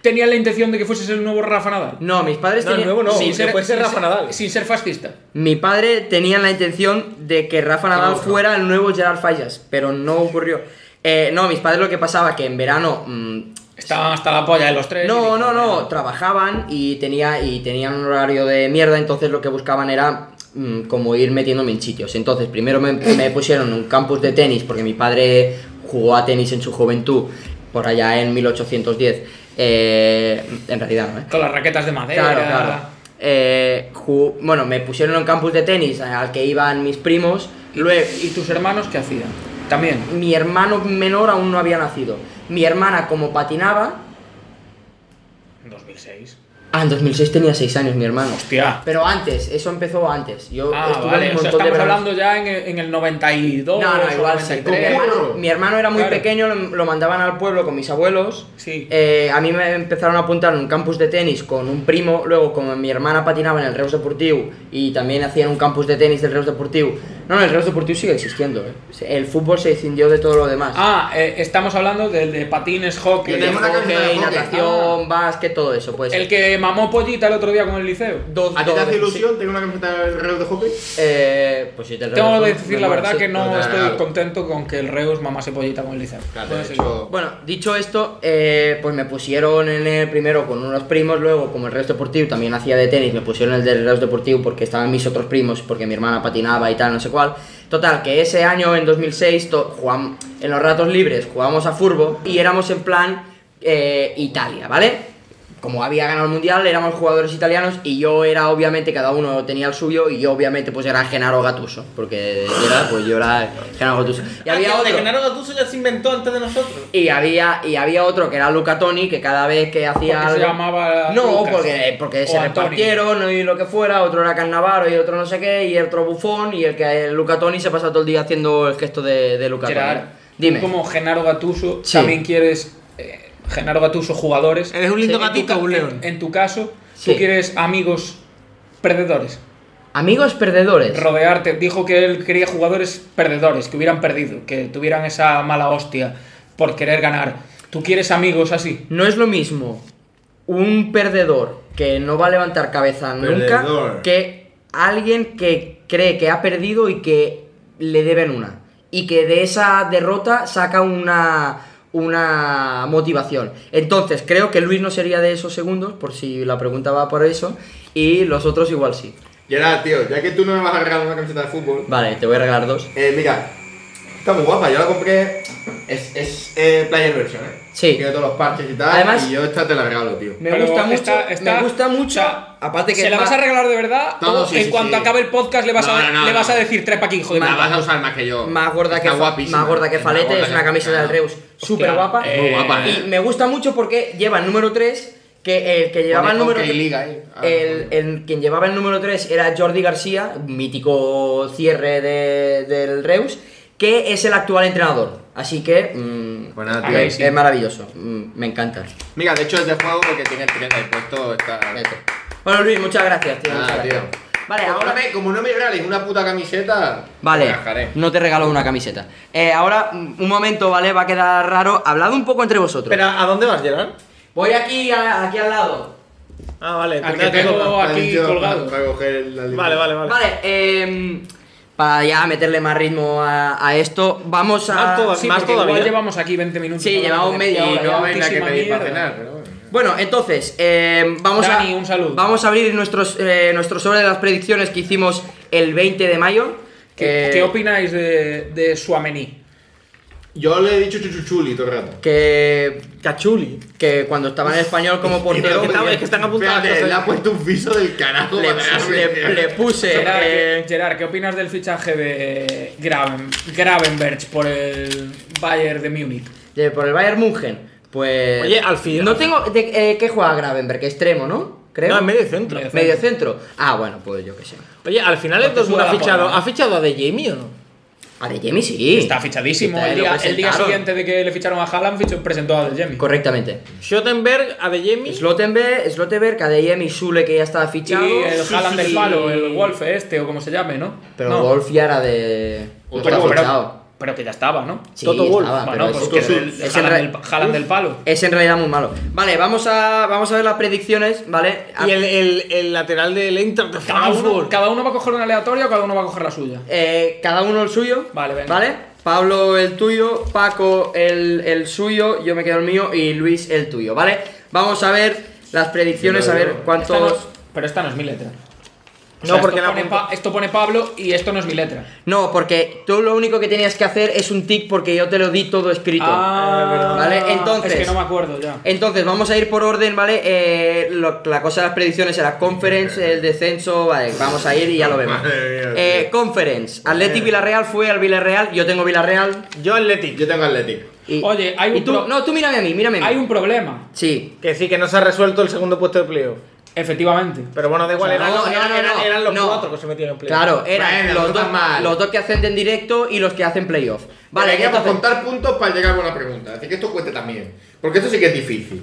S3: tenían la intención de que fueses el nuevo Rafa Nadal?
S2: no, mis padres
S5: No, el
S2: tenían...
S5: nuevo no,
S2: sí,
S5: que fuese Rafa Nadal.
S3: Sin ser fascista.
S2: Mi padre tenía la intención de que Rafa Nadal fuera el nuevo Gerard Fallas, pero no ocurrió. Eh, no, mis padres lo que pasaba que en verano... mm,
S3: Estaban hasta la polla de los tres. y
S2: no,
S3: dijo,
S2: no, no,
S3: "Venga".
S2: trabajaban y, tenía, y tenían un horario de mierda, entonces lo que buscaban era mm, como ir metiéndome en sitios. Entonces, primero me, me pusieron un campus de tenis, porque mi padre jugó a tenis en su juventud, por allá en 1810. Eh, en realidad, ¿no? ¿eh?
S3: Con las raquetas de madera.
S2: Claro, claro. Eh, ju- bueno, me pusieron en un campus de tenis al que iban mis primos. Luego,
S3: ¿Y tus hermanos qué hacían? También.
S2: mi hermano menor aún no había nacido. Mi hermana, como patinaba,
S3: En 2006.
S2: ah, en 2006 tenía 6 años mi hermano.
S3: Hostia.
S2: Pero antes, eso empezó antes. Yo
S3: Ah,
S2: estuve
S3: vale,
S2: un
S3: o
S2: montón
S3: sea,
S2: de
S3: estamos
S2: veranos-
S3: hablando ya en el, en el 92.
S2: No, no,
S3: o
S2: igual. sí.
S3: 93.
S2: Mi hermano, mi hermano era muy
S3: Claro.
S2: pequeño, lo, lo mandaban al pueblo con mis abuelos.
S3: Sí.
S2: Eh, a mí me empezaron a apuntar en un campus de tenis con un primo. Luego, como mi hermana patinaba en el Reus Deportiu y también hacían un campus de tenis del Reus Deportiu, No, no, el Real Deportivo sigue existiendo. ¿eh? El fútbol se escindió de todo lo demás.
S3: Ah, eh, estamos hablando del de patines, hockey.
S4: Tenemos una
S2: Hockey,
S4: camiseta de hockey.
S2: natación, básquet, todo eso. Pues
S3: Ah. El que mamó pollita el otro día con el liceo.
S2: dos,
S4: ¿A ti te
S2: dos-
S4: hace ilusión tener una camiseta del reloj de hockey?
S2: Eh, pues sí, te lo
S3: Tengo que
S2: reconozco,
S3: decir la
S2: me mola,
S3: verdad
S2: sí.
S3: que no
S4: no,
S3: estoy
S4: no.
S3: contento con que el Reus mamase pollita con el liceo.
S4: Claro, de
S3: Puede ser.
S4: hecho,
S2: Bueno, dicho esto, eh, pues me pusieron en el primero con unos primos, luego como el Reus Deportivo también hacía de tenis, me pusieron el del Reus Deportivo porque estaban mis otros primos, porque mi hermana patinaba y tal, no sé cuál. Total, que ese año, en 2006, to- jugam- en los ratos libres jugábamos a furbo y éramos en plan eh, Italia, ¿vale? como había ganado el mundial, éramos jugadores italianos y yo era obviamente, cada uno tenía el suyo y yo obviamente pues era Genaro Gattuso, porque era, pues yo era Genaro Gattuso. Y
S5: Ah,
S2: había
S6: Ah, de
S2: otro,
S6: Genaro Gattuso ya se inventó antes de nosotros.
S2: y había y había otro que era Luca Toni, que cada vez que hacía
S3: Porque se
S2: algo
S3: llamaba
S2: No,
S3: Lucas.
S2: porque porque
S3: O
S2: se
S3: Antonio.
S2: repartieron y lo que fuera, otro era Carnavaro y otro no sé qué y otro Bufón y el que el Luca Toni se pasa todo el día haciendo el gesto de, de Luca
S3: Gerard,
S2: Toni. Dime.
S3: tú como Genaro Gatuso,
S2: Sí.
S3: también quieres eh, Genaro Gatuso jugadores.
S5: Eres un lindo
S2: Sí,
S3: En tu
S5: gatito,
S3: ca-
S5: un león.
S3: En, en tu caso,
S2: Sí.
S3: tú quieres amigos perdedores.
S2: Amigos perdedores.
S3: Rodearte. Dijo que él quería jugadores perdedores, que hubieran perdido, que tuvieran esa mala hostia por querer ganar. Tú quieres amigos así.
S2: no es lo mismo un perdedor que no va a levantar cabeza nunca
S4: Perdedor.
S2: que alguien que cree que ha perdido y que le deben una. Y que de esa derrota saca una, una motivación. Entonces, creo que Luis no sería de esos segundos, por si la pregunta va por eso, y los otros igual sí.
S4: Gerard, tío, ya que tú no me vas a regalar una camiseta de fútbol,
S2: Vale, te voy a regalar dos.
S4: eh, mira, está muy guapa, yo la compré. Es, es eh, player version, ¿eh?
S2: Sí.
S4: Tiene todos los parches y tal.
S2: Además-
S4: y yo esta te la regalo, tío.
S2: Me
S3: Pero
S2: gusta mucho.
S3: está- está-
S2: me gusta mucho.
S3: o sea,
S2: aparte que
S3: ¿Se la
S2: va-
S3: vas a regalar de verdad?
S4: No, no,
S3: o
S4: sí,
S3: en
S4: sí,
S3: cuanto
S4: sí.
S3: acabe el podcast le vas, a,
S4: No, no, no,
S3: le vas a
S4: no.
S2: decir,
S3: decir trepa aquí, hijo de
S4: La
S3: puta"?
S4: vas a usar más que yo.
S2: Más gorda que,
S4: Está
S2: fa-
S4: guapísima.
S2: más gorda que
S4: Está más
S2: Falete,
S4: gorda
S2: es
S4: que-
S2: una camisa del Reus súper guapa.
S4: es muy guapa, eh.
S2: Y me gusta mucho porque lleva el número 3, que el que llevaba
S4: Pone
S2: el número
S4: OK
S2: 3.
S4: Liga ahí. Ah,
S2: el,
S4: coño.
S2: el- quien llevaba el número 3 era Jordi García, mítico cierre de- del Reus, que es el actual entrenador. Así que mm,
S4: Pues nada,
S3: Ah,
S4: tío.
S3: ahí sí.
S2: es maravilloso, mm, me encanta.
S4: Mira, de hecho es de juego porque tiene el 30 de puesto. Está...
S2: Fíjate. Bueno, Luis, muchas gracias, tío.
S4: Nada,
S2: muchas gracias.
S4: tío. Pues
S2: Vale,
S4: Como
S2: ahora
S4: no me- Como no me regales una puta camiseta, me
S2: Vale,
S4: rajaré.
S2: no te regalo una camiseta. Eh, ahora, mm, un momento, ¿vale? Va a quedar raro. Hablad un poco entre vosotros.
S5: Pero, ¿a dónde vas, Gerard?
S2: Voy aquí, a- aquí al lado.
S5: Ah, vale.
S3: Al
S5: perdón,
S3: que tengo
S5: perdón.
S3: aquí
S4: Vale, yo,
S3: colgado.
S4: Para coger la libreta.
S5: Vale, vale,
S2: Vale,
S5: vale.
S2: em, para ya meterle más ritmo a, a esto, vamos a...
S5: Más todas.
S3: Sí,
S5: Más
S3: porque
S5: todavía.
S3: igual llevamos aquí 20 minutos.
S2: Sí,
S3: hablando
S2: llevamos
S3: de
S2: media
S4: Y
S3: fútbol,
S2: hora,
S3: ya,
S4: no ven la que
S3: altísima
S4: pedís para
S3: mierda.
S4: cenar, pero bueno.
S2: Bueno, entonces, em, vamos,
S3: Dani,
S2: a,
S3: un saludo.
S2: vamos a abrir nuestros, eh, nuestro sobre de las predicciones que hicimos el 20 de mayo.
S3: ¿Qué,
S2: Eh,
S3: qué opináis de, de Suamení?
S4: Yo le he dicho chuchuchuli todo el rato.
S2: que,
S5: Cachuli.
S2: que cuando estaba en español como portero...
S5: que estaba- es que están apuntadas
S4: Espérate,
S5: cosas.
S4: Le ha puesto un viso del carajo
S2: Le,
S4: para darme, tío.
S2: le- le puse...
S3: Gerard,
S2: eh,
S3: ¿qué, Gerard, ¿qué opinas del fichaje de Graven, Gravenberch por el Bayern de Múnich?
S2: De- por el Bayern München. Pues.
S5: Oye, al fin-
S2: No tengo. de- eh, ¿Qué juega Gravenberg? Extremo, ¿no? Creo.
S5: No, en medio centro.
S3: Medio centro.
S2: Medio centro. Ah, bueno, pues yo qué sé.
S5: Oye, al final el
S3: Porque
S5: Dortmund
S3: suda
S5: ha
S3: la
S5: fichado,
S3: porra, ¿eh?
S5: ¿ha fichado a De Jamie o no?
S2: A De Jemi sí.
S3: Está fichadísimo.
S2: Está,
S3: el,
S2: eh, lo
S3: día, el día
S2: presentaron.
S3: siguiente de que le ficharon a Haaland, fichó- presentó a Jemmy.
S2: Correctamente.
S5: Schottenberg, a De Jamie.
S2: Slotenberg, Slotenberg, a De Jemi, Sule que ya estaba
S3: Y
S2: fichado.
S3: el Haaland del
S2: Y-
S3: palo, el Wolf este, o como se llame, ¿no?
S2: Pero
S3: No.
S2: Wolf ya era de. No
S3: Pero-
S2: está
S3: pero-
S2: fichado.
S3: pero que ya estaba, ¿no?
S2: Sí,
S5: Toto Wolff.
S2: estaba,
S3: bueno,
S2: pero
S3: pues
S2: es-
S3: que
S2: es-
S3: el, el
S2: es en
S3: Haaland,
S2: re-
S3: del, Haaland del palo.
S2: es en realidad muy malo. Vale, vamos a, vamos a ver las predicciones, ¿vale? Ah,
S5: Y el, el, el lateral del Eintracht de
S3: Cada uno,
S5: Frankfurt.
S3: cada uno va a coger una aleatoria o cada uno va a coger la suya.
S2: Eh, cada uno el suyo.
S3: Vale, venga.
S2: Pablo el tuyo, Paco el, el suyo, yo me quedo el mío y Luis el tuyo, ¿vale? Vamos a ver las predicciones, a ver
S3: Esta no es-
S2: cuántos.
S3: pero esta no es mi letra. O
S5: No,
S3: sea,
S5: porque
S3: esto,
S5: la
S3: pone
S5: apunta-
S3: Pa- esto pone Pablo y esto no es mi letra.
S2: No, porque tú lo único que tenías que hacer es un tic porque yo te lo di todo escrito. Ah,
S3: Ah.
S2: ¿Vale? Entonces.
S3: Es que no me acuerdo ya.
S2: Entonces, vamos a ir por orden, ¿vale? Eh, lo- la cosa de las predicciones era conference, el descenso, vale, vamos a ir y ya lo vemos.
S4: Madre mía,
S2: Eh, conference, Atlético Villarreal fue al Villarreal, yo tengo Villarreal.
S5: Yo Athletic.
S4: Yo tengo Atlético.
S2: Y,
S3: Oye, hay
S2: y
S3: un
S2: tú,
S3: pro-
S2: No, tú mírame a mí, mírame a mí.
S3: Hay un problema,
S2: Sí.
S5: Que sí, que no se ha resuelto el segundo puesto de playoff.
S3: efectivamente.
S5: Pero bueno, da igual,
S2: O sea,
S5: eran,
S2: no, no,
S5: eran-
S2: no,
S5: eran-
S2: no,
S5: eran los
S2: no.
S5: cuatro que se metieron en playoff.
S2: Claro, eran
S4: Bueno,
S2: los,
S4: no
S2: dos,
S4: tan mal.
S2: los dos que ascenden directo y los que hacen playoff.
S4: Vale,
S2: Vale,
S4: hay que
S2: entonces-
S4: contar puntos para llegar a una pregunta. Así que esto cuente también. Porque esto sí que es difícil.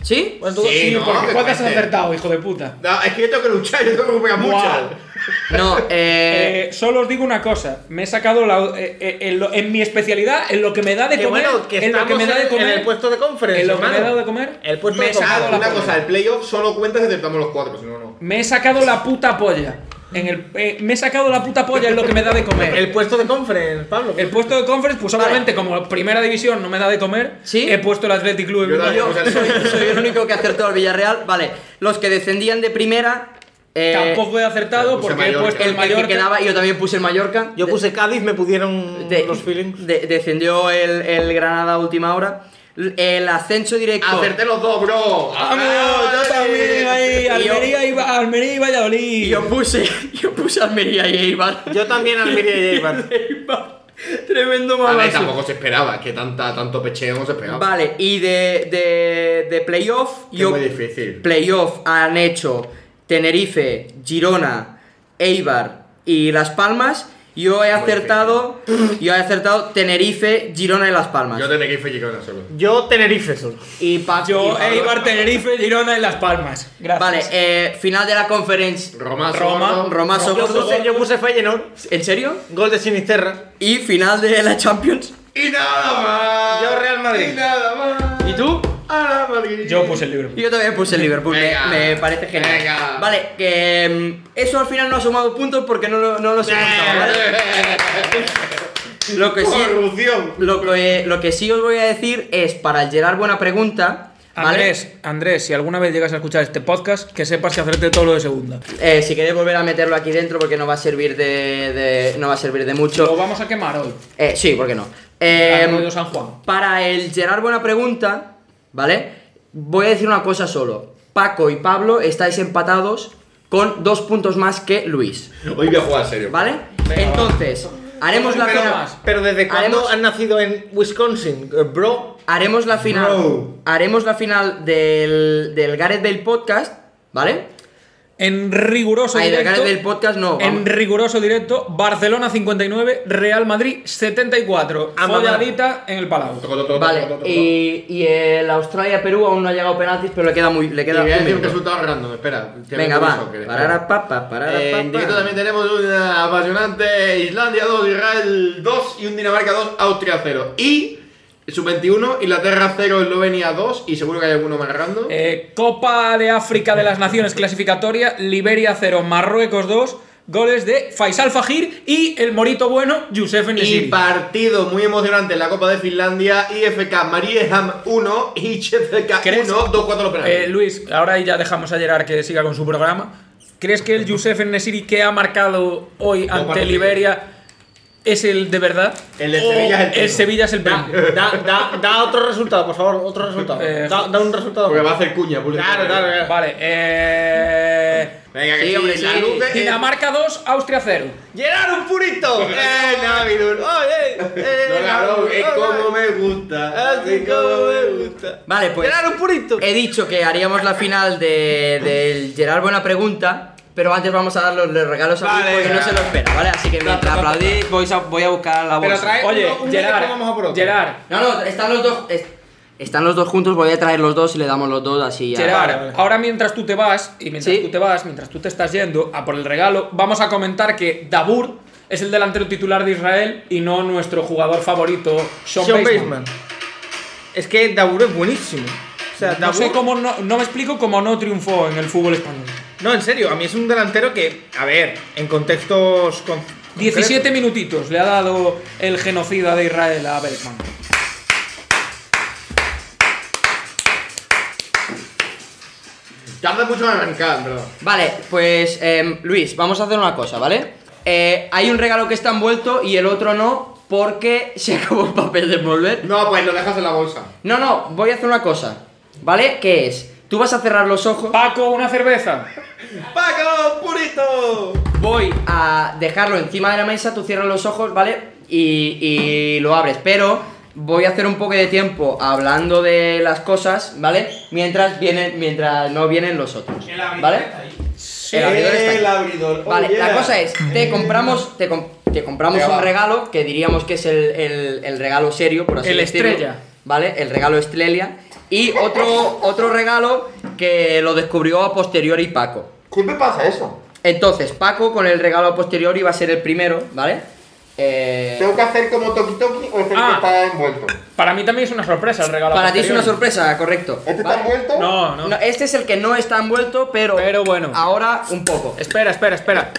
S2: ¿Sí?
S5: Bueno, tú-
S4: Sí, no,
S3: porque
S4: que
S3: ¿cuántas has
S4: cuente.
S3: acertado, hijo de puta?
S4: No, es que yo tengo que luchar, yo tengo que pegar
S3: Buah.
S4: muchas.
S2: No, eh.
S3: Eh, solo os digo una cosa, me he sacado la- eh, eh, en, lo- en mi especialidad, en lo que me da de
S5: Que
S3: comer,
S5: bueno, que
S3: en lo que
S5: estamos
S3: me da de
S5: en-
S3: comer,
S5: en el puesto de conference,
S3: en lo que me he
S5: hermano.
S3: dado de comer,
S5: El puesto
S3: me
S5: de
S3: he sacado
S5: conference.
S3: la
S4: Una
S3: polla.
S4: cosa, el playoff solo cuenta si aceptamos los cuatro, si no, no.
S3: Me he sacado la puta polla. En el, eh, me he sacado la puta polla en lo que me da de comer.
S5: El
S3: El,
S5: puesto de conference, Pablo.
S3: puesto de conference, pues
S2: Vale.
S3: obviamente como primera división no me da de comer,
S2: Sí.
S3: he puesto el Athletic Club.
S4: Yo
S3: en
S4: también.
S2: Yo soy, soy el único que acertó al Villarreal. Vale, los que descendían de primera. eh,
S3: Tampoco he acertado
S4: puse
S3: porque he
S4: Mallorca.
S3: puesto
S2: el,
S3: el
S2: que- el
S3: mayor.
S2: que quedaba, yo también puse el Mallorca.
S5: Yo
S2: De-
S5: puse Cádiz, me pudieron
S2: de-
S5: los feelings.
S2: de- descendió el, el Granada a última hora. L- El ascenso directo.
S4: Acerté los dos, bro.
S3: ¡Vamos!
S4: Ah,
S3: Yo también ahí,
S2: Y yo-
S3: Almería y, Va- Almería y Valladolid.
S2: Y yo puse, yo puse Almería y Eibar.
S5: Yo también Almería y Eibar.
S2: Tremendo
S4: A ver,
S2: mamazo.
S4: tampoco se esperaba, que tanta, tanto pecheo no se esperaba.
S2: Vale, y de, de, de playoff,
S4: Es muy difícil.
S2: Playoff han hecho Tenerife, Girona, Eibar y Las Palmas. Yo he
S4: Muy
S2: acertado, yo he acertado Tenerife, Girona y Las Palmas.
S4: Yo tenía que ir Fellirona solo.
S5: Yo Tenerife solo.
S2: Y pa- y
S3: Yo,
S2: pa-
S3: Eibar, Tenerife, Girona y Las Palmas. Gracias.
S2: Vale, eh, final de la conference.
S4: Roma,
S3: Roma,
S4: Sordo,
S2: Roma,
S5: Yo
S2: Soborno.
S5: puse, yo puse Feyenoord,
S2: ¿En serio?
S5: gol de Sinisterra.
S2: Y final de la Champions.
S4: Y nada más.
S5: Yo Real Madrid.
S4: Y nada más.
S5: ¿Y tú?
S4: A la Madrid.
S2: eh,
S3: Yo puse el libro.
S2: Yo también puse el Liverpool, me-
S4: Venga,
S2: me, parece genial.
S4: venga.
S2: Vale, que mm, eso al final no ha sumado puntos porque no lo, no los he contado, ¿vale? Lo que sí,
S4: Corrupción.
S2: lo que, lo que sí os voy a decir es para el Gerard buena pregunta, ¿vale?
S3: Andrés, Andrés, si alguna vez llegas a escuchar este podcast, que sepas que hacerte todo lo de segunda.
S2: Eh, si queréis volver a meterlo aquí dentro porque no va a servir de, de- no va a servir de
S3: Lo Em,
S2: mucho.
S3: vamos a quemar hoy.
S2: Eh, sí, ¿por qué no?
S3: Al
S2: Eh,
S3: ruido San Juan.
S2: para el Gerard buena pregunta, ¿vale? Voy a decir una cosa solo. Paco y Pablo estáis empatados con dos puntos más que Luis.
S4: Hoy voy a jugar serio.
S2: ¿Vale? Entonces, haremos la
S3: Pero
S2: final.
S3: más.
S5: Pero ¿desde cuándo
S2: Haremos-
S5: han nacido en Wisconsin, eh, bro?
S2: Haremos la final.
S4: Bro.
S2: Haremos la final del, del Gareth Bale podcast, ¿vale?
S3: En riguroso
S2: Ay, del
S3: directo.
S2: Gareth Bale podcast no. vamos.
S3: En riguroso directo, Barcelona 59, Real Madrid 74.
S5: A mamar.
S3: Folladita en el Palau.
S4: Toco, toco, toco,
S2: Vale,
S4: toco, toco,
S2: y, y el Australia-Perú aún no ha llegado a penaltis, pero le queda muy. Le
S4: toco. Y
S2: queda
S4: voy a
S2: un
S4: decir un
S2: minuto.
S4: resultado random, espera. que
S2: Venga,
S4: me
S2: va.
S4: curioso, que-
S2: Parara, pa, pa, parara,
S4: Eh,
S2: pa,
S4: en
S2: pa.
S4: directo también tenemos una apasionante Islandia 2, Israel 2 y un Dinamarca 2, Austria 0. Y sub-21, Inglaterra 0, Eslovenia 2 y seguro que hay alguno más random.
S3: Eh, Copa de África de las Naciones clasificatoria, Liberia 0, Marruecos 2. Goles de Faisal Fajir y el morito bueno, Youssef
S4: y
S3: Nesiri.
S4: partido muy emocionante en la Copa de Finlandia, IFK Mariehamn 1 y CFK
S3: ¿Crees?
S4: 1, 2-4 los
S3: Eh,
S4: penales.
S3: Luis, ahora ya dejamos a Gerard que siga con su programa. ¿Crees que el Youssef Nesiri que ha marcado hoy ante
S4: partidos.
S3: Liberia es el de verdad?
S4: El de Sevilla es Oh, el primo.
S3: Sevilla es el
S5: Da,
S3: primo.
S5: da, da, da otro resultado, por favor, otro resultado.
S3: Eh,
S5: Da, da un resultado.
S4: Porque va a hacer cuña, público.
S5: Claro, claro, claro.
S3: Vale, eh...
S4: Venga, que
S2: Sí,
S4: sí,
S2: hombre,
S4: la
S2: sí.
S4: luz de-
S3: Dinamarca 2, Austria 0.
S5: ¡Gerard, un purito!
S4: Eh, Navidul.
S5: ¡Oye! eh,
S4: No, claro, es como me gusta.
S5: Así como me gusta.
S2: Vale, pues.
S5: ¡Gerard, un purito!
S2: He dicho que haríamos la final de, del Gerard Buena Pregunta, pero antes vamos a dar los, los regalos a Luis
S5: Vale,
S2: porque no
S5: venga.
S2: se lo espera, ¿vale? Así que mientras aplaudís, voy a, voy a buscar la bolsa.
S5: trae-
S3: Oye,
S5: uno- uno
S3: Gerard,
S5: que pongamos a por otro.
S3: Gerard,
S2: No, no, están los dos. es- están los dos juntos, voy a traer los dos y le damos los dos así ya.
S3: Gerard, ahora mientras tú te vas, y mientras
S2: Sí.
S3: tú te vas, mientras tú te estás yendo a por el regalo, vamos a comentar que Dabur es el delantero titular de Israel y no nuestro jugador favorito, Sean,
S5: Sean
S3: Bateman.
S5: Bateman. Es que Dabur es buenísimo. O sea,
S3: No
S5: Dabur-
S3: sé cómo no, no me explico cómo no triunfó en el fútbol español.
S5: No, en serio, a mí es un delantero que, a ver, en contextos. Con...
S3: 17 minutitos le ha dado el genocida de Israel a Bergman.
S4: Tarda mucho en arrancar, bro.
S2: Vale, pues em, Luis, vamos a hacer una cosa, ¿vale? Eh, hay un regalo que está envuelto y el otro no, porque se acabó el papel de envolver.
S4: No, pues lo dejas en la bolsa.
S2: No, no, voy a hacer una cosa, ¿vale? Que es, tú vas a cerrar los ojos,
S3: Paco, una cerveza.
S4: ¡Paco, purito!
S2: voy a dejarlo encima de la mesa, tú cierras los ojos, ¿vale? Y, y lo abres, pero voy a hacer un poco de tiempo hablando de las cosas, ¿vale? Mientras vienen, mientras no vienen los otros, ¿vale? El abridor está ahí.
S4: abridor.
S2: Vale, la cosa es, te compramos, te, com- te compramos
S4: Oh, Venga,
S2: un
S4: va.
S2: regalo que diríamos que es el, el- el regalo serio, por así
S3: El
S2: decirlo.
S3: estrella.
S2: Vale, el regalo estrella. Y otro, otro regalo que lo descubrió a posteriori Paco.
S4: Siempre pasa eso.
S2: Entonces, Paco con el regalo a posteriori va a ser el primero, ¿vale? Eh,
S4: ¿Tengo que hacer como Toki Toki o es el
S3: Ah.
S4: que está envuelto?
S3: Para mí también es una sorpresa el regalo.
S2: para ti es una
S3: posterior.
S2: sorpresa, correcto.
S4: ¿Este está
S2: ¿vale?
S4: envuelto?
S3: No, no.
S2: No, este es el que no está envuelto, pero,
S3: Pero bueno.
S2: ahora un poco.
S3: Espera, espera, espera.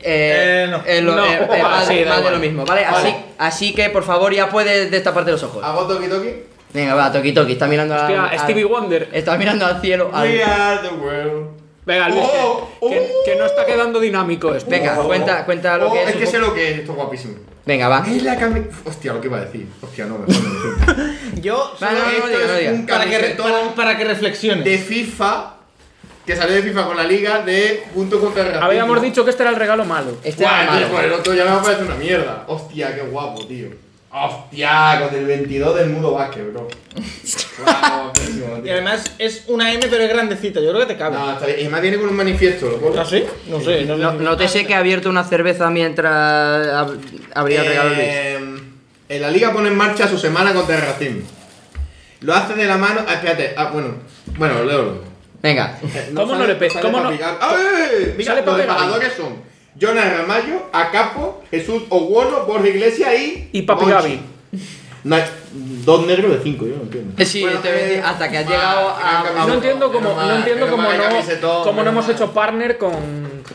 S2: Eh,
S6: Eh, no.
S2: eh, lo-
S3: No.
S2: eh, eh, va-
S3: Sí, da
S2: va de
S3: igual.
S2: lo mismo, ¿vale? Así,
S4: Vale. Ah.
S2: así que por favor ya puedes destaparte los ojos.
S4: ¿Hago Toki Toki?
S2: Venga, va, Toki Toki, está mirando al-
S3: Hostia,
S2: al-
S3: Stevie Wonder.
S2: Está mirando al cielo. al-
S4: We are the world.
S3: Venga, Luis, que-
S4: Oh,
S3: que,
S4: oh.
S3: que no está quedando dinámico esto.
S2: Venga, cuenta, cuenta lo
S4: Oh,
S2: que es.
S4: es
S2: un
S4: que
S2: poco.
S4: sé lo que es, esto es guapísimo.
S2: Venga, va.
S4: Es la cami... Hostia, lo que iba a decir. Hostia, no, mejor no.
S6: Yo
S2: Va, no,
S6: solo
S2: no, no
S4: Esto
S2: diga, no
S4: es
S2: diga.
S4: un
S6: Para que re-
S4: camisetón
S6: para-
S5: Para que reflexiones.
S4: de FIFA que salió de FIFA con la liga de punto contra el racismo.
S3: Habíamos dicho que este era el regalo malo.
S2: Este
S4: Guau,
S2: era
S4: tío,
S2: malo.
S4: por el otro ya me parece una mierda. Hostia, qué guapo, tío. Hostia, con el 22 del mudo básquet, bro. Guau, guapísimo,
S5: Y
S4: tío.
S5: además es una M, pero es grandecita. Yo creo que te cabe.
S4: No, está bien. Y además viene con un manifiesto, lo pongo.
S5: ¿Ah, sí? No sé. No, sé.
S2: No, no te sé que ha abierto una cerveza mientras ab- abría el regalo Luis.
S4: Eh, en la liga pone en marcha su semana contra el racismo. Lo hace de la mano. Ah, espérate. Ah, bueno. Bueno, leo. luego.
S2: Venga.
S4: Eh,
S3: ¿Cómo no
S4: sale-
S3: le pe-
S4: sale
S3: cómo
S4: pa'
S3: no-
S4: picar. ¡Ay! Mira,
S3: sale pa'
S4: los
S3: pegar.
S4: embajadores son Jonas Ramallo, Acapo, Jesús Oguono, Borja Iglesias y.
S3: Y Papi
S4: Monchi.
S3: Gaby.
S4: No, hay- dos negros de cinco, yo no entiendo. eh,
S2: Sí, te voy a decir, hasta que has
S4: va,
S2: llegado
S4: que me han
S2: a-
S4: cambiado.
S3: No entiendo cómo
S4: Menos mal,
S3: no, entiendo
S4: menos
S3: cómo
S4: mal que
S3: no,
S4: camisetón,
S3: cómo no
S4: menos
S3: hemos
S4: mal.
S3: hecho partner con,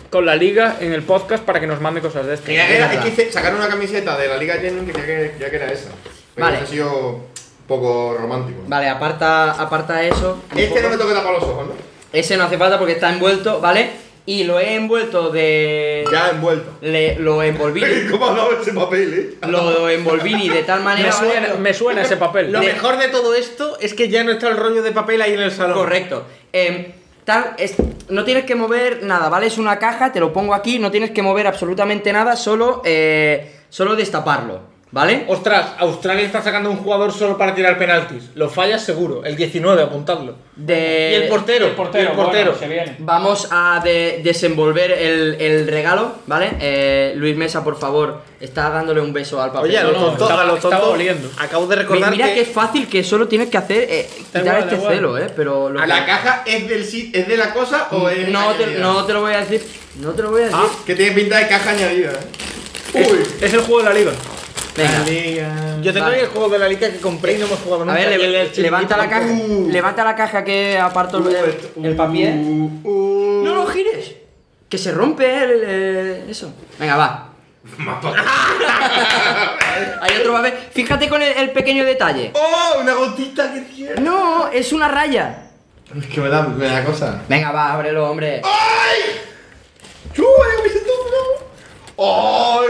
S3: con la liga en el podcast para que nos mande cosas de este.
S4: Creía que era-
S2: Es
S4: es que
S2: verdad.
S4: hice- sacaron una camiseta de la Liga Genuine que creía que, ya que era esa. Pero
S2: Vale.
S4: eso ha sido un poco romántico.
S2: Vale, aparta, aparta eso. un
S4: Este
S2: poco.
S4: no me toca tapar los ojos, ¿no?
S2: Ese no hace falta porque está envuelto, ¿vale? Y lo he envuelto de.
S4: Ya envuelto.
S2: Le- lo envolví.
S4: ¿Cómo ha dado ese papel, eh?
S2: lo envolví ni de tal manera.
S3: Me
S2: ¿vale?
S3: suena, me suena ese papel.
S5: Lo
S2: de-
S5: mejor de todo esto es que ya no está el rollo de papel ahí en el salón.
S2: Correcto. Em, tal, es- no tienes que mover nada, ¿vale? Es una caja, te lo pongo aquí, no tienes que mover absolutamente nada, solo, eh, solo destaparlo, ¿vale?
S5: Ostras, Australia está sacando un jugador solo para tirar penaltis. Lo fallas seguro. El 19, apuntadlo.
S2: De-
S5: y el portero.
S3: El portero,
S5: y el portero.
S3: bueno, se viene.
S2: Vamos a de- desenvolver el, el regalo, ¿vale? Eh, Luis Mesa, por favor, está dándole un beso al papel.
S5: Oye, a lo
S3: No, no,
S5: tonto,
S3: estaba-
S5: a lo tonto.
S3: estaba oliendo.
S5: Acabo de
S2: Mi-
S5: recordar
S2: Mira
S5: que,
S2: que es fácil que solo tienes que hacer eh,
S3: Da
S2: quitar
S3: igual, da
S2: este
S3: igual.
S2: celo, ¿eh? Pero lo
S4: ¿La
S2: que-
S4: caja es, del, sit- es de la Ah, cosa o es.?
S2: no, te,
S4: añadida?
S2: no te lo voy a decir. No te lo voy a decir.
S4: Que tiene pinta de caja añadida, eh.
S3: Es,
S4: Uy.
S3: es el juego de la liga.
S2: Venga.
S5: yo tengo
S2: Vale.
S5: ahí el juego de la liga que compré y no hemos jugado
S2: A
S5: nunca.
S2: ver,
S5: Y el-
S2: le-
S5: el chiringuito
S2: levanta la
S5: tampoco.
S2: caja.
S4: Uh.
S2: Levanta la caja que aparto el, el- el papel.
S4: Uh, uh.
S2: No lo gires. Que se rompe el, eh, eso. Venga, va. Hay otro papel. Fíjate con el, el pequeño detalle.
S4: ¡Oh! ¡Una gotita! ¡Qué cierto!
S2: No, es una raya.
S4: Es que me da, me da cosa.
S2: Venga, va, ábrelo, hombre.
S4: ¡Chuy! ¡Camiseta! ¡Ay!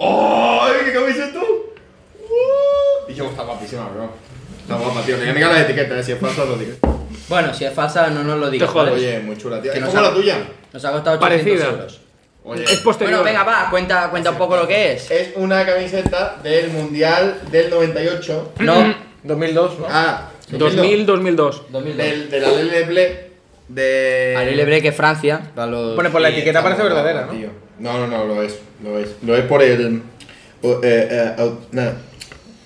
S4: ¡Ay! ¡Qué camiseta! ¡Uh! Y yo, está guapísima, bro. Está guapa, tío. Tenía que mirar la etiqueta, eh. Si es falso, lo digo.
S2: Bueno, si es falsa, no nos lo digas.
S3: Te jodo,
S2: ¿vale?
S4: Oye, muy chula, tío.
S2: Que
S4: ¿Es
S2: no
S4: como
S2: sabe.
S4: la tuya?
S2: Nos ha costado 800
S3: Parecida.
S2: euros.
S4: Oye.
S3: Es posterior.
S2: Bueno, venga, va, cuenta, cuenta un poco lo que es.
S4: Es una camiseta del Mundial del 98.
S2: No,
S5: 2002, ¿no?
S4: Ah,
S3: 2000, 2002.
S2: 2002.
S4: Del, de la Leleble. De.
S2: Ariel Lebre, que Francia. para los-
S5: Bueno, pues la
S4: Sí,
S5: etiqueta
S4: está
S5: parece
S4: muy guapo,
S5: verdadera, ¿no?
S4: tío. No, no, no, lo es, lo es. Lo es por el. o- eh, eh, au- na-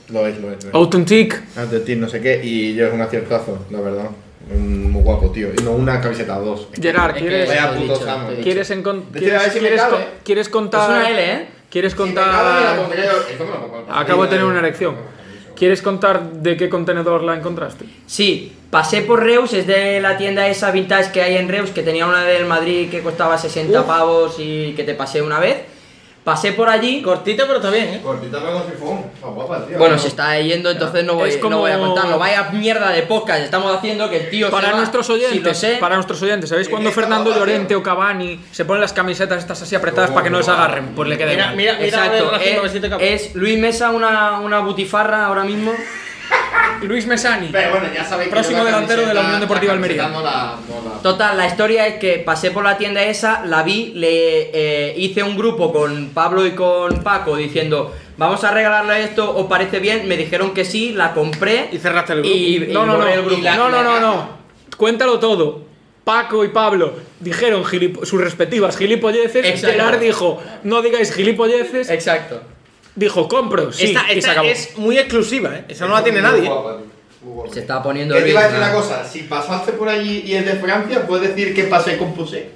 S4: Lo es, lo es. Lo es.
S3: Authentic.
S4: Atletín, no sé qué, y yo es un aciertazo, la verdad. Mm, Muy guapo, tío. Y no una camiseta, dos.
S3: Gerard,
S2: Es que-
S3: ¿quieres,
S4: Vaya
S2: lo he
S4: puto
S2: dicho,
S4: Samo.
S2: lo he dicho.
S3: ¿quieres, encon-
S4: Decir, a ver
S3: ¿quieres,
S4: si me
S3: quieres
S4: cabe.
S3: con- quieres
S2: Es
S3: contar.
S2: una L, ¿eh?
S3: ¿Quieres
S4: Si me cabe, me la
S3: contar.?
S4: pondré yo. Esto me lo pongo.
S3: Acabo de tener una erección. ¿Quieres contar de qué contenedor la encontraste?
S2: Sí, pasé por Reus, es de la tienda esa vintage que hay en Reus, que tenía una del Madrid que costaba 60 pavos y que te pasé una vez. Pasé por allí.
S5: Cortita, pero está bien, ¿eh?
S4: Cortita para con sifón. Está guapa, tío.
S2: Bueno, se está yendo, entonces no voy,
S3: Es como-
S2: no voy a contarlo. Vaya mierda de podcast estamos haciendo que el tío se
S3: Para
S2: va,
S3: nuestros
S2: si lo
S3: oyentes,
S2: sé. Eh,
S3: para nuestros oyentes, ¿sabéis
S4: Sí,
S3: cuando
S4: que está
S3: Fernando
S4: guapa,
S3: Llorente
S4: tío.
S3: o Cavani se ponen las camisetas estas así apretadas
S4: Oh,
S3: para que no les
S4: guau.
S3: agarren? Pues le queda
S5: Mira,
S3: igual.
S5: mira, mira,
S2: Exacto,
S5: a ver,
S2: es,
S5: Racing 97
S3: eh,
S5: Capó.
S2: eh, es Luis Mesa una, una butifarra ahora mismo.
S3: Luis Mesani.
S4: Pero bueno, ya sabéis que
S3: Próximo
S4: yo
S3: delantero de la Unión Deportiva
S4: camiseta
S3: Almería.
S4: No la, no la-
S2: Total, la historia es que pasé por la tienda esa, la vi, le eh, hice un grupo con Pablo y con Paco diciendo, vamos a regalarle esto, ¿os parece bien? Me dijeron que sí, la compré.
S5: Y cerraste el grupo.
S2: Y, y
S3: No, no, no.
S2: borré el grupo.
S3: No, no, no, no. Cuéntalo todo. Paco y Pablo dijeron gilipo- sus respectivas gilipolleces.
S2: Exacto. Eh,
S3: Gerard dijo, no digáis gilipolleces.
S2: Exacto.
S3: Dijo, compro, sí,
S5: esta
S3: y se
S5: esta
S3: acabó.
S5: es muy exclusiva, ¿eh? Esa no la
S4: Muy
S5: tiene nadie.
S4: guapa, ¿eh? tío. Muy guapa.
S2: Se está poniendo
S4: Que te iba a
S2: Luis,
S4: decir
S2: ¿no?
S4: una cosa, si pasaste por allí y es de Francia, puedes decir que pasé con Pusé.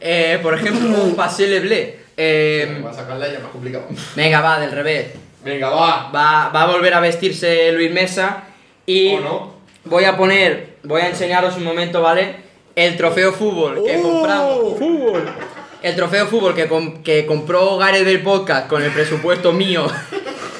S2: Eh, por ejemplo, un pasé leblé. Eh,
S4: Va a sacarla ya más complicado.
S2: venga, va, del revés.
S4: Venga, va.
S2: Va, va a volver a vestirse Luis Mesa. Y
S4: ¿O no?
S2: voy a poner, voy a enseñaros un momento, ¿vale? El trofeo fútbol que compramos.
S3: Fútbol.
S2: El trofeo fútbol que, com- que compró Gareth del podcast con el presupuesto mío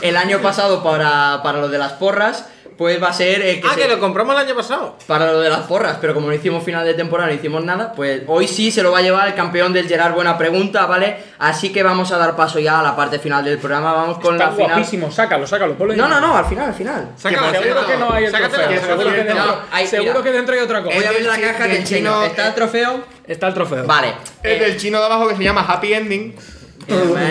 S2: el año pasado para, para lo de las porras, pues va a ser el que,
S5: Ah,
S2: se-
S5: que lo compramos el año pasado.
S2: para lo de las porras, pero como no hicimos final de temporada, no hicimos nada, pues hoy sí se lo va a llevar el campeón del Gerard Buena Pregunta, ¿vale? Así que vamos a dar paso ya a la parte final del programa, vamos con
S3: Está
S2: la final.
S3: guapísimo, ¿eh? sácalo, sácalo. ponlo ahí.
S2: No, no, no, al final, al final.
S5: Sácalo,
S3: Seguro
S5: sácalo.
S3: que no hay el
S5: Sácatelo,
S3: trofeo.
S5: sácatelo.
S3: Seguro
S2: No,
S3: que dentro,
S2: hay-
S3: seguro
S2: mira.
S3: que dentro hay otra cosa.
S2: Voy a abrir la
S4: del chi-
S2: caja, te
S4: del
S2: enseño.
S4: chino-
S2: Está el trofeo.
S3: Está el trofeo.
S2: Vale. Eh,
S4: Es del chino de abajo que se llama Happy Ending.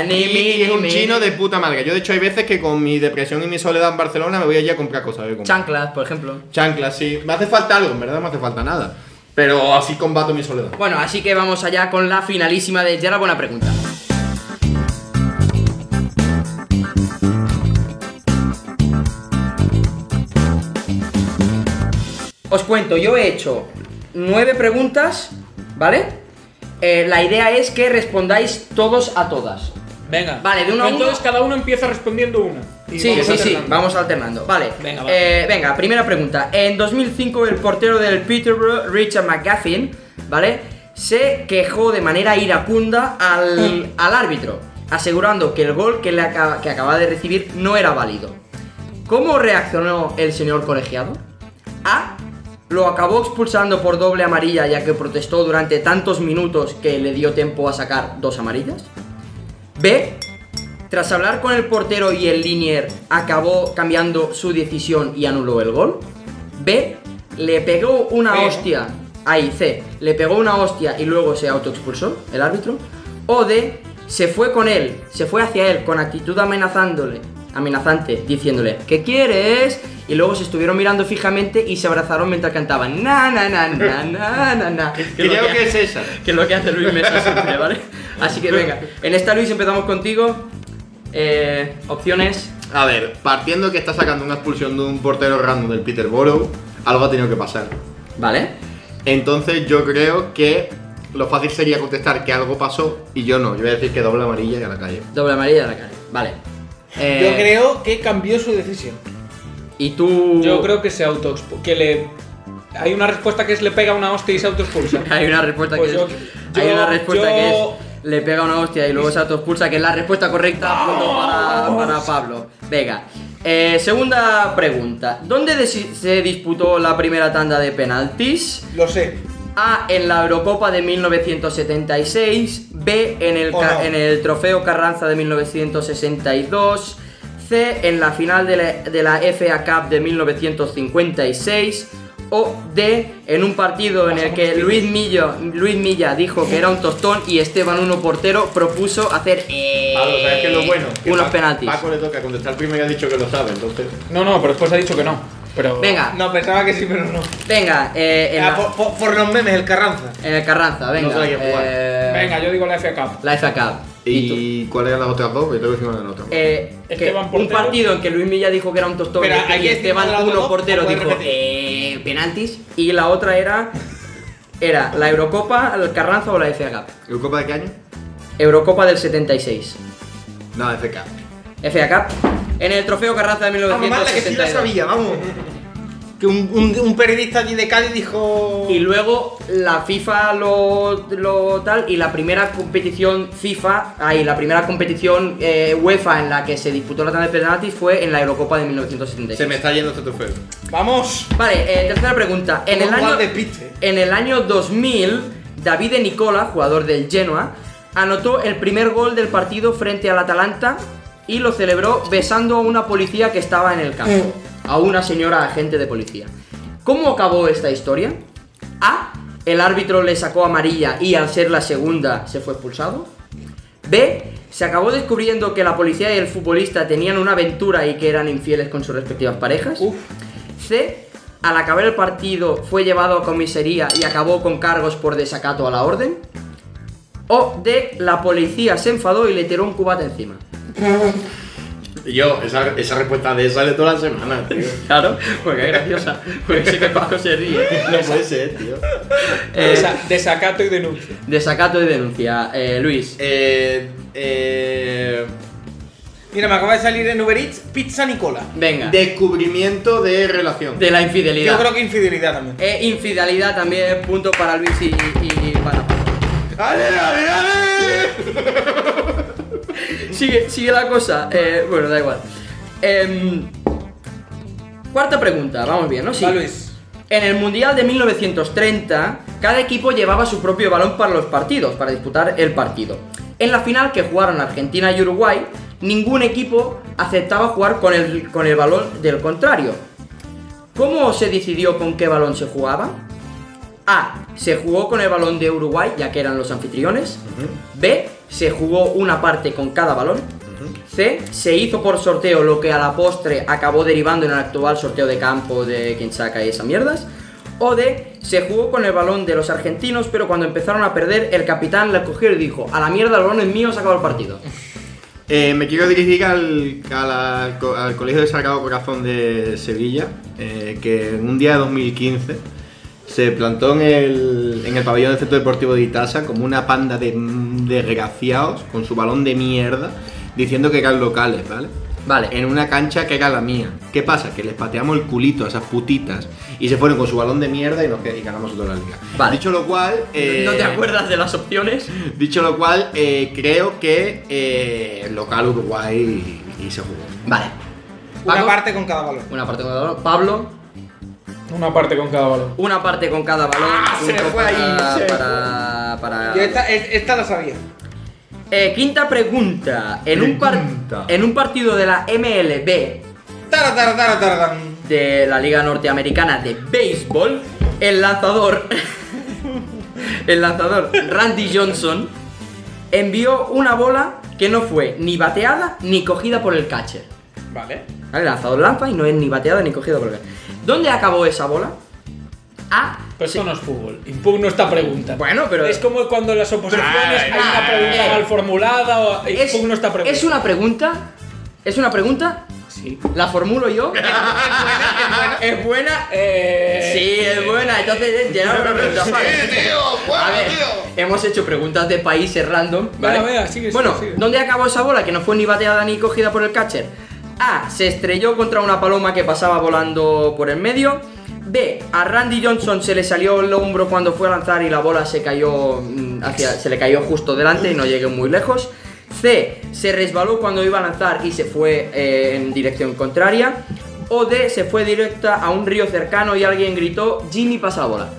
S4: Y, y es un chino de puta madre. Yo, de hecho, hay veces que con mi depresión y mi soledad en Barcelona me voy allí a comprar cosas. voy a comprar.
S2: Chanclas, por ejemplo.
S4: Chanclas, sí. Me hace falta algo, en verdad no me hace falta nada. Pero así combato mi soledad.
S2: Bueno, así que vamos allá con la finalísima de Gerard Buena Pregunta. Os cuento, yo he hecho nueve preguntas, ¿vale? Eh, la idea es que respondáis todos a todas.
S3: Venga.
S2: Vale, de uno a uno.
S3: Entonces cada uno empieza respondiendo una. Y
S2: Sí,
S3: vamos
S2: sí, sí,
S3: alternando.
S2: vamos alternando. Vale, venga,
S3: Venga, va.
S2: venga, primera pregunta. En 2005 el portero del Peterborough, Richard McGuffin, ¿vale? Se quejó de manera iracunda al, al árbitro, asegurando que el gol que, le acaba- que acababa de recibir no era válido. ¿Cómo reaccionó el señor colegiado? A. Lo acabó expulsando por doble amarilla ya que protestó durante tantos minutos que le dio tiempo a sacar dos amarillas. B. Tras hablar con el portero y el linier, acabó cambiando su decisión y anuló el gol. B. Le pegó una
S3: B, ¿no?
S2: hostia. Ahí, C. Le pegó una hostia y luego se autoexpulsó el árbitro. O D. Se fue con él, se fue hacia él con actitud amenazándole, amenazante, diciéndole, ¿qué quieres? Y luego se estuvieron mirando fijamente y se abrazaron mientras cantaban, na, na, na, na, na, na, na.
S4: Creo que es esa.
S2: Que es lo que hace Luis Mesa siempre, ¿vale? Así que venga, en esta Luis empezamos contigo. Eh, opciones.
S4: A ver, partiendo que está sacando una expulsión de un portero random del Peterborough, algo ha tenido que pasar.
S2: Vale.
S4: Entonces yo creo que lo fácil sería contestar que algo pasó y yo no. Yo voy a decir que doble amarilla y a la calle.
S2: Doble amarilla de la cara. Vale. Eh,
S5: Yo creo que cambió su decisión.
S2: Y tú.
S3: Yo creo que se autoexpulsa. Que le. Hay una respuesta que es le pega una hostia y se autoexpulsa.
S2: Hay una respuesta
S3: Pues
S2: que
S3: yo-
S2: es.
S3: yo-
S2: hay una respuesta que
S3: yo-
S2: es. Le pega una hostia y luego se autoexpulsa, que es la respuesta
S3: ¡Ah!
S2: correcta punto para, para Pablo. Venga. Eh, segunda pregunta. ¿Dónde desi- se disputó la primera tanda de penaltis?
S5: Lo sé.
S2: A en la Eurocopa de 1976, B en el,
S5: O
S2: ca-
S5: no.
S2: en el Trofeo Carranza de 1962, C en la final de la, de la FA Cup de 1956 o D en un partido en el que
S4: este
S2: Luis, Millo, Luis Milla dijo que era un tostón y Esteban Uno Portero propuso hacer eh,
S4: Pablo, ¿sabes qué es lo bueno? Que
S2: unos
S4: Pa-
S2: penaltis.
S4: Paco le toca contestar primero y ha dicho que lo sabe, entonces.
S3: No, no, pero después ha dicho que no. Pero.
S2: Venga,
S5: No, pensaba que sí, pero no.
S2: venga, eh, en,
S5: Ah,
S2: la-
S5: por, por- por los memes, el Carranza.
S2: en el Carranza, venga.
S4: sabe qué jugar.
S2: eh,
S3: Venga, yo digo la FA Cup.
S2: La FA Cup. tú?
S4: ¿Y cuáles eran las otras dos? Y luego decimos las otras.
S2: Eh, que
S3: Esteban
S2: un
S3: portero.
S2: partido en que Luis Milla dijo que era un tostón
S5: Espera,
S2: y
S5: aquí
S2: Esteban
S5: encima de la
S2: uno
S5: dos,
S2: portero
S5: ¿o puedes
S2: dijo
S5: repetir?
S2: eh, penaltis y la otra era era la Eurocopa, el Carranza o la FA Cup.
S4: ¿Eurocopa de qué año?
S2: Eurocopa del 76.
S4: No, FK.
S2: FA Cup en el trofeo Carranza de
S5: Ah, mamá, la que sí la
S2: 1972.
S5: sabía, vamos. Que un, un- un periodista allí de Cádiz dijo.
S2: Y luego la FIFA lo, lo tal y la primera competición FIFA, ahí la primera competición eh, UEFA en la que se disputó la tanda de penaltis fue en la Eurocopa de 1976.
S4: Se me está yendo este trofeo.
S5: Vamos.
S2: Vale, eh, tercera pregunta. En el,
S5: Juan
S2: año,
S6: ¿eh?
S5: despiste.
S2: en el año 2000, Davide Nicola, jugador del Genoa, anotó el primer gol del partido frente al Atalanta y lo celebró besando a una policía que estaba en el campo, a una señora agente de policía. ¿Cómo acabó esta historia? A. El árbitro le sacó amarilla y al ser la segunda se fue expulsado. B. Se acabó descubriendo que la policía y el futbolista tenían una aventura y que eran infieles con sus respectivas parejas. C. Al acabar el partido fue llevado a comisaría y acabó con cargos por desacato a la orden. O D. La policía se enfadó y le tiró un cubata encima.
S4: Yo, esa, esa respuesta de esa sale toda la semana, tío.
S2: Claro, porque es graciosa. Porque sé que Paco se ríe.
S4: No puede ser, tío.
S2: Eh,
S3: Desa- desacato y denuncia.
S2: desacato y denuncia. Eh, Luis,
S4: Eh, eh,
S6: Mira, me acaba de salir en Uber Eats pizza Nicola.
S2: venga. De,
S4: descubrimiento de relación.
S2: la infidelidad.
S6: Yo creo que infidelidad también.
S2: Eh, infidelidad también, punto para Luis y, y- y para Paco.
S4: ¡Ale, ale, ale!
S2: Sigue, sigue la cosa. eh, bueno, da igual. Em, cuarta pregunta, vamos bien, ¿no? Sí.
S6: Va, Luis.
S2: En el Mundial de 1930, cada equipo llevaba su propio balón para los partidos, para disputar el partido. En la final que jugaron Argentina y Uruguay, ningún equipo aceptaba jugar con el, con el balón del contrario. ¿Cómo se decidió con qué balón se jugaba? A. Se jugó con el balón de Uruguay, ya que eran los anfitriones. B. Se jugó una parte con cada balón. C. Se hizo por sorteo, lo que a la postre acabó derivando en el actual sorteo de campo de quien saca esas mierdas. O D. Se jugó con el balón de los argentinos, pero cuando empezaron a perder, el capitán la cogió y dijo: A la mierda, el balón es mío, se acabó el partido.
S4: Eh, me quiero dirigir al, a la- al co- al Colegio de Sagrado Corazón de Sevilla, eh, que en un día de 2015 se plantó en el, en el pabellón del Centro Deportivo de Itasa como una panda de mm, desgraciados con su balón de mierda, diciendo que eran locales, ¿vale?
S2: Vale,
S4: en una cancha que era la mía. ¿Qué pasa? Que les pateamos el culito a esas putitas y se fueron con su balón de mierda y nos qued- y ganamos otra liga.
S2: Vale.
S4: Dicho lo cual. eh,
S2: ¿no te acuerdas de las opciones?
S4: Dicho lo cual, eh, creo que eh, el local Uruguay y, y se jugó.
S2: Vale.
S6: Una
S2: Paco,
S6: parte con cada valor.
S2: Una parte con cada balón. Pablo,
S3: Una parte con cada balón.
S2: una parte con cada balón.
S6: Ah, se
S2: punto
S6: fue ahí,
S2: para-
S6: se
S2: para- para-
S6: Yo esta, es- esta la sabía.
S2: Eh, quinta pregunta. En un, par-
S4: Pregunta.
S2: en un partido de la MLB,
S6: Tara, tara, tara, tara, tan.
S2: de la Liga Norteamericana de Béisbol, el lanzador. el lanzador Randy Johnson envió una bola que no fue ni bateada ni cogida por el catcher.
S6: Vale.
S2: ¿Vale? El lanzador lanza y no es ni bateada ni cogida por el catcher. ¿Dónde acabó esa bola? Ah, A.
S3: Pero esto no es fútbol. Impugno esta pregunta.
S2: Bueno, pero.
S3: es como cuando en las oposiciones hay
S2: ah,
S3: una pregunta
S2: eh.
S3: mal formulada o
S2: es-
S3: impugno esta pregunta.
S2: es una pregunta. Es una pregunta.
S3: Sí.
S2: La formulo yo.
S3: Es buena. Eh...
S2: Sí, es buena. Entonces, eh, llenar una pregunta fácil. A ver, hemos hecho preguntas de países random. ¿vale?
S3: Venga, venga, sigue, sigue,
S2: bueno,
S3: sigue.
S2: ¿dónde acabó esa bola que no fue ni bateada ni cogida por el catcher? A. Se estrelló contra una paloma que pasaba volando por el medio. B. A Randy Johnson se le salió el hombro cuando fue a lanzar y la bola se cayó mm, hacia, se le cayó justo delante y no llegó muy lejos. C. Se resbaló cuando iba a lanzar y se fue eh, en dirección contraria. O D. Se fue directa a un río cercano y alguien gritó Jimmy pasa bola.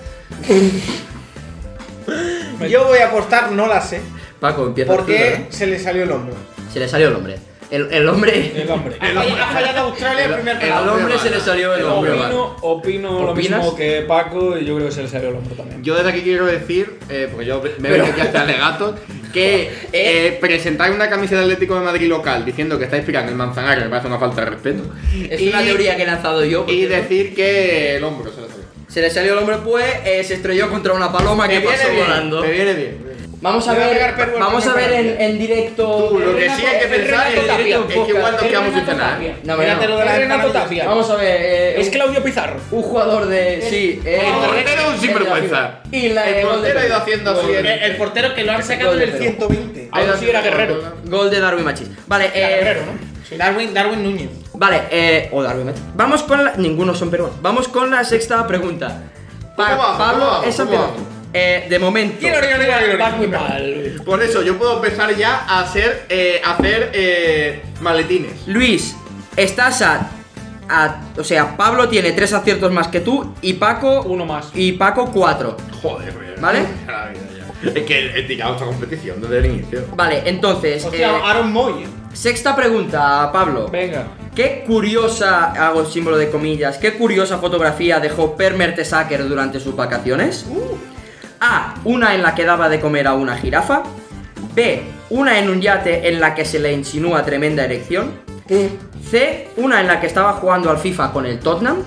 S6: Yo voy a apostar, no la sé.
S2: Paco empieza tú, ¿verdad?
S6: Porque se le salió el hombro.
S2: Se le salió el hombre. El, el hombre.
S3: El hombre.
S6: Ha fallado- ha fallado Australia el primer
S2: El
S6: penalti.
S2: hombre se le salió el hombre. vale.
S3: Opino, opino lo
S2: ¿Opinas?
S3: mismo que Paco y yo creo que se le salió el hombro también.
S4: Yo desde aquí quiero decir, eh, porque yo me
S2: Pero-
S4: veo aquí hasta alegatos, que eh, presentar una camisa de Atlético de Madrid local diciendo que está inspirada en el Manzanares me parece una falta de respeto.
S2: Es una teoría que he lanzado yo. por
S4: Y
S2: cierto.
S4: decir que el hombro se le salió.
S2: Se le salió el hombre, pues eh, se estrelló contra una paloma que pasó volando.
S4: Me viene bien.
S2: Vamos a
S6: Le va a
S2: ver,
S6: pegar Perú al
S2: vamos a
S6: primer
S2: ver en,
S6: penalti.
S2: en directo.
S4: Tú, lo que
S2: Renato-
S4: sí hay que
S2: el
S4: pensar
S2: Renato
S4: es-
S2: Tapia.
S4: es que igual nos
S2: El
S4: quedamos sin
S2: Renato
S4: cenar,
S2: Tapia.
S4: ¿eh?
S2: No, hombre,
S6: Mírate
S2: no.
S6: lo de la
S3: Es Renato
S6: ventana.
S3: Tapia.
S2: Vamos a ver. eh,
S3: Es
S2: un-
S3: Claudio Pizarro.
S2: Un jugador de. Sí, eh,
S4: el portero es un
S2: de
S4: sinvergüenza.
S2: la- Y la
S4: El
S2: eh, gol de
S4: portero ha ido
S2: Perú.
S4: haciendo así.
S6: El, el portero que lo han sacado en el 120.
S3: Aún así era guerrero.
S2: Gol de Darwin Machis. Vale, eh.
S3: Guerrero, ¿no?
S6: Darwin, Darwin Núñez.
S2: Vale, eh. O Darwin Machis. Vamos con la. Ninguno son peruanos. Vamos con la sexta pregunta. Pa-
S4: ¿Cómo vamos?
S2: Pablo,
S4: ¿Cómo vamos?
S2: esa
S4: ¿Cómo
S2: pregunta. Eh, de momento.
S3: Vas muy mal.
S4: Por eso yo puedo empezar ya a hacer, eh, a hacer eh, maletines.
S2: Luis, estás a, a- O sea, Pablo tiene tres aciertos más que tú y Paco.
S3: Uno más.
S2: Y Paco cuatro.
S4: Joder, güey.
S2: ¿Vale?
S4: La vida ya. Es que he tirado esta competición desde el inicio.
S2: Vale, entonces. eh,
S3: ah.
S6: Hostia, Aaron Moy.
S2: sexta pregunta, Pablo.
S3: Venga.
S2: ¿Qué curiosa, hago símbolo de comillas, qué curiosa fotografía dejó Per Mertesacker durante sus vacaciones? A. Una en la que daba de comer a una jirafa. B. Una en un yate en la que se le insinúa tremenda erección. C. Una en la que estaba jugando al FIFA con el Tottenham.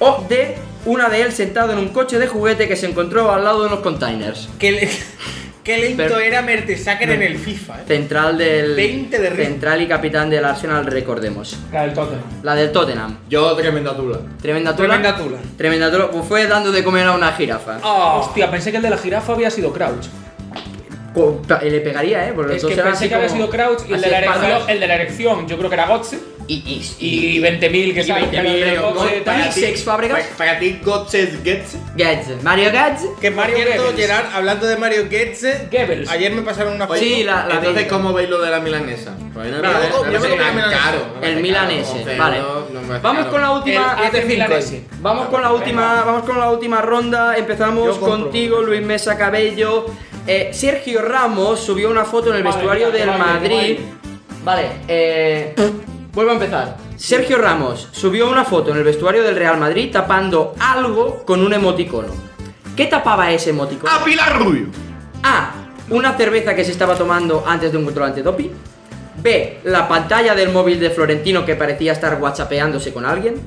S2: O D. Una de él sentado en un coche de juguete que se encontró al lado de unos containers.
S6: Que le- Qué lento
S2: Pero-
S6: era Mertesacker en el FIFA. ¿eh?
S2: Central del.
S6: 20 de ritmo.
S2: central y capitán del Arsenal, recordemos.
S3: La del Tottenham.
S2: La del Tottenham.
S4: Yo tremenda tula.
S2: Tremenda tula.
S6: Tremenda tula.
S2: Tremenda tula. Pues fue dando de comer a una jirafa.
S3: Ah. Hostia, pensé que el de la jirafa había sido Crouch.
S2: Co- ta- Le pegaría, ¿eh? Porque
S3: Es
S2: los
S3: que
S2: dos eran
S3: pensé
S2: así
S3: que había
S2: como-
S3: sido Crouch y el
S2: así
S3: de, la
S2: espaldas.
S3: erección, el de la erección, yo creo que era Gotze.
S2: Y, y,
S3: Y 20.000 que
S2: Y
S3: se
S2: 20.000 euros.
S3: eh,
S2: Para ti, Sex Fábregas.
S4: Para, para ti, Gotches Gets.
S2: Goetze. Mario Goetze.
S6: Que Mario
S3: Por
S6: Goetze,
S3: Goebbels.
S6: Gerard, hablando de Mario Goetze,
S3: Goebbels.
S6: ayer me pasaron una foto.
S2: Sí, la, la
S4: Entonces,
S2: de-
S4: ¿cómo veis lo de la milanesa? Pues no me
S2: Mira,
S4: parece-
S2: yo-
S4: no me
S2: yo me
S4: parece
S2: comí
S4: tan
S6: la milanesa.
S4: caro, no me
S2: El
S4: parece
S2: Milan
S4: caro,
S2: ese,
S4: once
S2: vale.
S4: euros, no me parece
S2: vamos
S4: caro.
S2: con la última.
S6: El AC Milanese.
S2: Vamos, con la última. Vamos con la última ronda. Empezamos
S5: Yo compro.
S2: contigo, Luis Mesa Cabello. Eh, Sergio Ramos subió una foto en el
S3: Madre
S2: vestuario
S3: mía,
S2: del
S3: qué baile,
S2: Madrid.
S3: qué
S2: Vale, eh, vuelvo a empezar. Sergio Ramos subió una foto en el vestuario del Real Madrid tapando algo con un emoticono. ¿Qué tapaba ese emoticono?
S4: ¡A Pilar Rubio!
S2: A. Una cerveza que se estaba tomando antes de un control antidoping. B. La pantalla del móvil de Florentino que parecía estar whatsappeándose con alguien.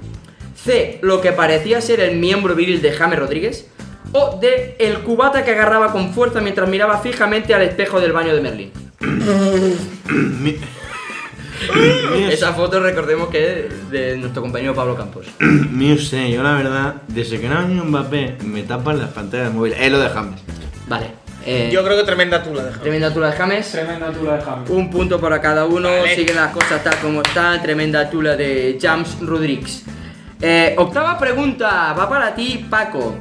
S2: C. Lo que parecía ser el miembro viril de James Rodríguez. O D. El cubata que agarraba con fuerza mientras miraba fijamente al espejo del baño de Merlín. Esa foto recordemos que es de nuestro compañero Pablo Campos.
S7: Mío sé, yo la verdad, desde que no ha venido Mbappé, me tapan las pantallas del móvil. Es lo de James.
S2: Vale. eh,
S6: Yo creo que tremenda tula, deja.
S2: Tremenda tula de James.
S3: Tremenda tula de James.
S2: Un punto para cada uno,
S6: Vale.
S2: siguen las cosas tal como están, tremenda tula de James Rodríguez. Eh, octava pregunta, va para ti Paco.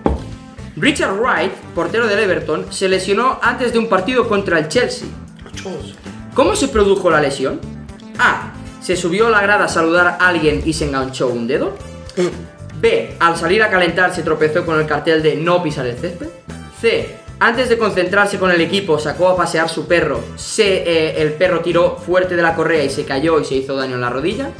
S2: Richard Wright, portero del Everton, se lesionó antes de un partido contra el Chelsea. ¿Cómo se produjo la lesión? A. Se subió a la grada a saludar a alguien y se enganchó un dedo. B. Al salir a calentar se tropezó con el cartel de no pisar el césped. C. Antes de concentrarse con el equipo sacó a pasear su perro. C. eh, el perro tiró fuerte de la correa y se cayó y se hizo daño en la rodilla.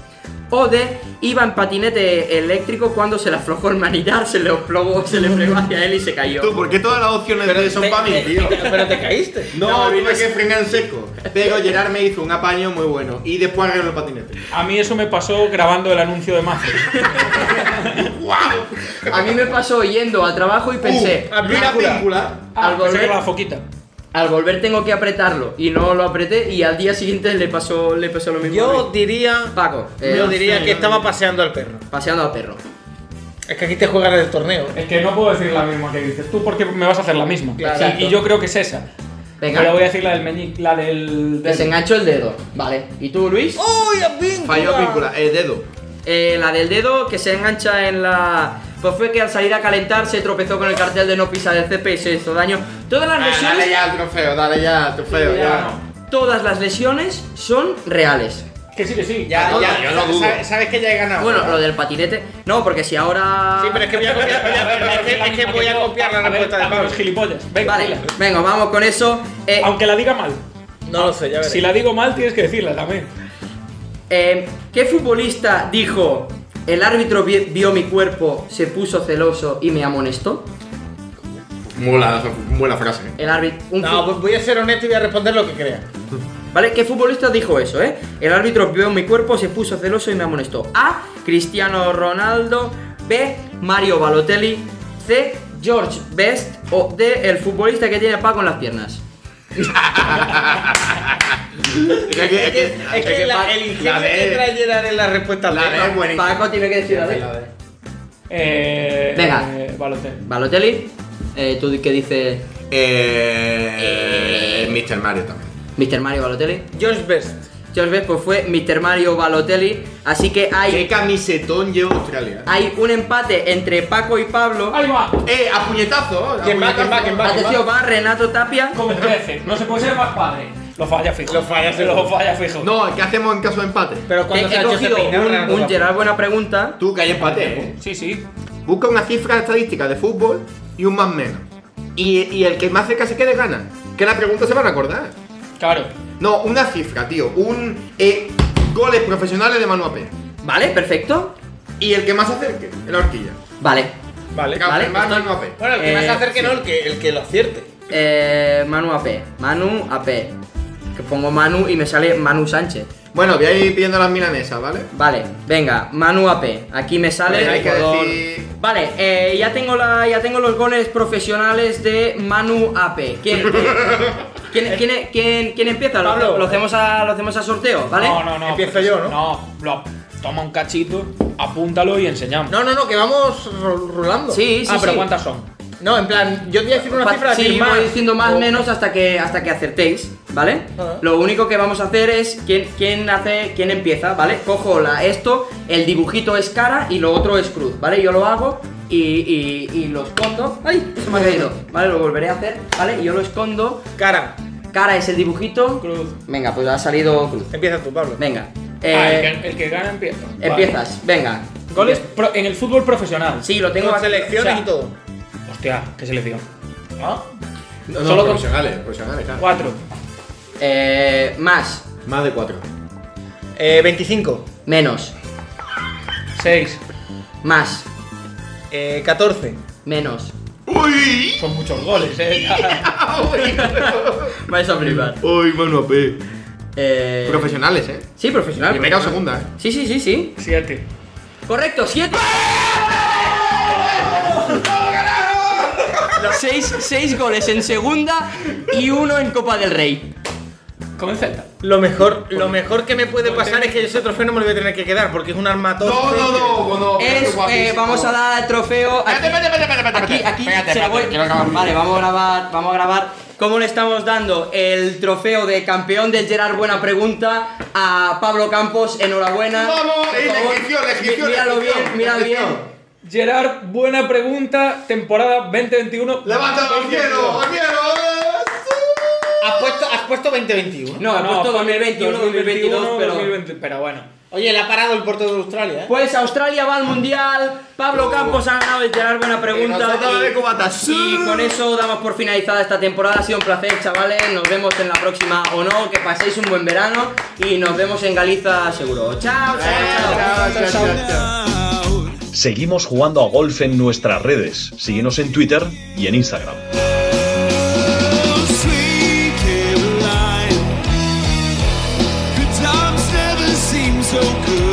S2: O D. Iba en patinete eléctrico cuando se le aflojó el manillar, se le aflojó, se le fregó hacia él y se cayó.
S4: Tú, ¿por qué todas las opciones de son para mí, tío?
S6: Pero te caíste.
S4: No, pues
S2: No,
S4: tuve que frenar en seco. Pero Gerard me hizo un apaño muy bueno. Y después arregló el patinete.
S3: A mí eso me pasó grabando el anuncio de Mazo.
S2: A mí me pasó yendo al trabajo y pensé,
S4: Uh, mira película.
S3: Ah,
S2: al
S3: pensé que
S2: volver,
S3: era la foquita.
S2: al volver tengo que apretarlo y no lo apreté y al día siguiente le pasó, le pasó lo mismo. a
S6: Yo
S2: mí.
S6: diría.
S2: Paco, eh,
S6: Yo diría que estaba paseando al perro.
S2: paseando al perro.
S6: Es que aquí te juegas el torneo. ¿eh?
S3: Es que no puedo decir la misma que dices tú porque me vas a hacer la misma.
S2: Claro.
S3: Y, y yo creo que es esa.
S2: Venga.
S3: Pero voy a decir la del meñique, la del... del-
S2: Desengancho el dedo, vale. ¿Y tú, Luis?
S6: ¡Uy, a víncula!
S4: Falló película, el dedo.
S2: Eh, la del dedo que se engancha en la. Pues fue que al salir a calentar se tropezó con el cartel de no pisar el césped y se hizo daño. Todas las
S4: Ah, dale
S2: lesiones.
S4: ya el trofeo, dale ya el trofeo,
S3: Ya,
S4: ya.
S2: Todas las lesiones son reales.
S3: Que sí, que sí.
S6: Ya,
S4: No,
S6: ya,
S4: yo no
S6: sa-
S4: dudo.
S6: sa- Sabes que ya he ganado.
S2: Bueno, lo del patinete. No, porque si ahora.
S6: Sí, pero es que voy a copiar, voy a- es que- es que voy a copiar la
S3: ver,
S6: respuesta de
S3: dame los
S6: Pablo.
S3: gilipollas. Venga,
S2: Vale,
S3: dila.
S2: venga, vamos con eso. Eh,
S3: Aunque la diga mal.
S6: No lo sé, ya veré.
S3: Si la digo mal, tienes que decirla también.
S2: Eh, ¿Qué futbolista dijo el árbitro vi- vio mi cuerpo, se puso celoso y me amonestó?
S4: Mola, buena frase.
S2: El árbitro. un
S6: No,
S2: fu-
S6: pues voy a ser honesto y voy a responder lo que crea.
S2: ¿Vale? ¿Qué futbolista dijo eso, eh? El árbitro vio mi cuerpo, se puso celoso y me amonestó. A. Cristiano Ronaldo. B. Mario Balotelli. C. George Best. O D. El futbolista que tiene Paco en las piernas.
S4: Es que, es que-
S6: Es que la- el
S4: la
S6: ingenio
S4: de-
S6: que trae Gerard en la respuesta
S4: la de
S6: de-
S4: es buenísima.
S2: Paco tiene que decir la D.
S3: Eh,
S2: Venga.
S3: eh, Balotelli.
S2: Balotelli. Eh, ¿Tú qué dices?
S4: Eh, Mr. Mario también.
S2: Mr. Mario Balotelli.
S6: George Best.
S2: George Best pues fue Mr. Mario Balotelli. Así que
S4: ¿Qué
S2: hay,
S4: camisetón lleva Australia?
S2: hay un empate entre Paco y Pablo.
S3: Ahí va.
S4: ¡Eh, a puñetazo!
S6: ¿Quién va, quién va, quién va?
S2: Atención, va Renato Tapia.
S3: Como crece. No se puede ser más padre. Lo falla fijo.
S6: Lo falla fijo.
S3: Lo falla fijo.
S4: No, ¿qué hacemos en caso de empate?
S6: Pero
S2: He,
S6: cuando se
S2: he
S6: ha hecho ese
S2: cogido
S6: peinado,
S2: un,
S6: Renato
S2: un
S6: Tapia.
S2: Gerard buena pregunta.
S4: Tú que hay empate. ¿eh?
S3: Sí, sí.
S4: Busca una cifra estadística de fútbol y un más menos. Y, y el que más cerca se quede gana. Que la pregunta se van a acordar.
S3: Claro.
S4: No, una cifra, tío. Un eh, goles profesionales de Manu P.
S2: Vale, perfecto.
S4: Y el que más se acerque, la horquilla.
S2: Vale.
S6: Vale.
S4: Claro,
S2: Vale,
S4: el más
S2: estoy-
S4: Manu Apé.
S6: Bueno, el que
S2: Eh,
S6: más se acerque no, el que, el que lo acierte.
S2: Eh, Manu AP. Manu AP. Que pongo Manu y me sale Manu Sánchez.
S4: Bueno, voy a ir pidiendo las milanesas, ¿vale?
S2: Vale, venga, Manu AP. Aquí me sale
S4: Vale, Pues hay
S2: el
S4: que
S2: jugador
S4: decir
S2: Vale, eh, ya, tengo la, ya tengo los goles profesionales de Manu Ape. ¿Quién, quién, quién, quién- quién- quién empieza? Lo,
S3: Pablo.
S2: lo hacemos a, lo hacemos a sorteo, ¿vale?
S3: No, no, no.
S6: Empiezo
S3: pues,
S6: yo, ¿no?
S3: No, lo- toma un cachito, apúntalo y enseñamos.
S6: No, no, no, que vamos ru- rulando.
S2: Sí, sí,
S3: ah, pero
S2: sí.
S3: ¿cuántas son?
S6: No, en plan, yo te voy a decir una
S2: Pa-
S6: cifra
S2: sí,
S6: así
S2: voy
S6: más.
S2: diciendo más
S6: o-
S2: menos hasta que hasta que acertéis, ¿vale?
S6: Ajá.
S2: Lo único que vamos a hacer es quién, quién hace, quién empieza, ¿vale? Cojo la esto, el dibujito es cara y lo otro es cruz, ¿vale? Yo lo hago y, y- y lo escondo. ¡Ay! Se me ha caído. Vale, lo volveré a hacer, ¿vale? Yo lo escondo.
S6: Cara,
S2: Cara es el dibujito.
S3: Cruz.
S2: Venga, pues ha salido cruz.
S6: empieza tú, Pablo.
S2: Venga.
S3: ah,
S2: eh,
S3: el que, el que gana empieza. Vale.
S2: empiezas, venga.
S3: Goles pro- en el fútbol profesional.
S2: Sí, lo tengo
S6: Con
S2: aquí.
S6: selecciones
S3: o sea-
S6: y todo.
S3: Hostia, qué selección. ¿Ah?
S4: No, no,
S3: Solo con-
S4: profesionales, profesionales, claro.
S3: Cuatro.
S2: Eh, más,
S4: Más de cuatro.
S6: Eh, 25,
S2: menos,
S3: Seis.
S2: más,
S6: eh, 14,
S2: menos.
S3: Son muchos goles, eh. ya.
S2: Vais a flipar.
S7: Uy, mano P.
S2: Eh,
S4: Profesionales, eh.
S2: sí, profesional.
S4: Primera o segunda, eh.
S2: Sí, sí, sí, sí.
S3: Siete.
S2: Correcto, 7. 6 goles en segunda y uno en Copa del Rey.
S3: Con el Celta.
S6: Lo mejor, lo mejor que me puede pasar es que ese trofeo no me lo voy a tener que quedar porque es un armatón.
S4: No, no, no, no.
S2: Es, eh, vamos a dar el trofeo.
S4: Espérate, espérate, espérate, espérate,
S2: Aquí,
S4: espérate.
S2: aquí
S4: Espérate,
S2: se lo
S4: espérate,
S2: voy-
S4: quiero acabar.
S2: Vale, vamos a grabar, vamos a grabar. ¿Cómo le estamos dando el trofeo de campeón del Gerard Buena Pregunta a Pablo Campos? Enhorabuena.
S4: Vamos,
S2: Por
S4: eh,
S2: favor,
S4: legición, legición,
S2: mí- Míralo
S4: legición,
S2: bien, míralo bien.
S4: legición.
S3: Gerard, buena pregunta. Temporada 2021.
S4: Levántalo al cielo, al cielo.
S6: Has puesto, has puesto 2021.
S2: No, pues he puesto 2021, 2022, pero...
S3: 2020, pero bueno.
S6: Oye, le ha parado el puerto de Australia, ¿eh?
S2: Pues Australia va al Mundial, Pablo Campos ha ganado el Gerard Buena Pregunta.
S4: de
S2: y-
S4: cubatas.
S2: Y con eso damos por finalizada esta temporada. Ha sido un placer, chavales. Nos vemos en la próxima o no. Que paséis un buen verano y nos vemos en Galiza seguro. Chao, chao, chao.
S1: Seguimos jugando a golf en nuestras redes. Síguenos en Twitter y en Instagram.
S8: Sweet Caroline, good times never seem so good.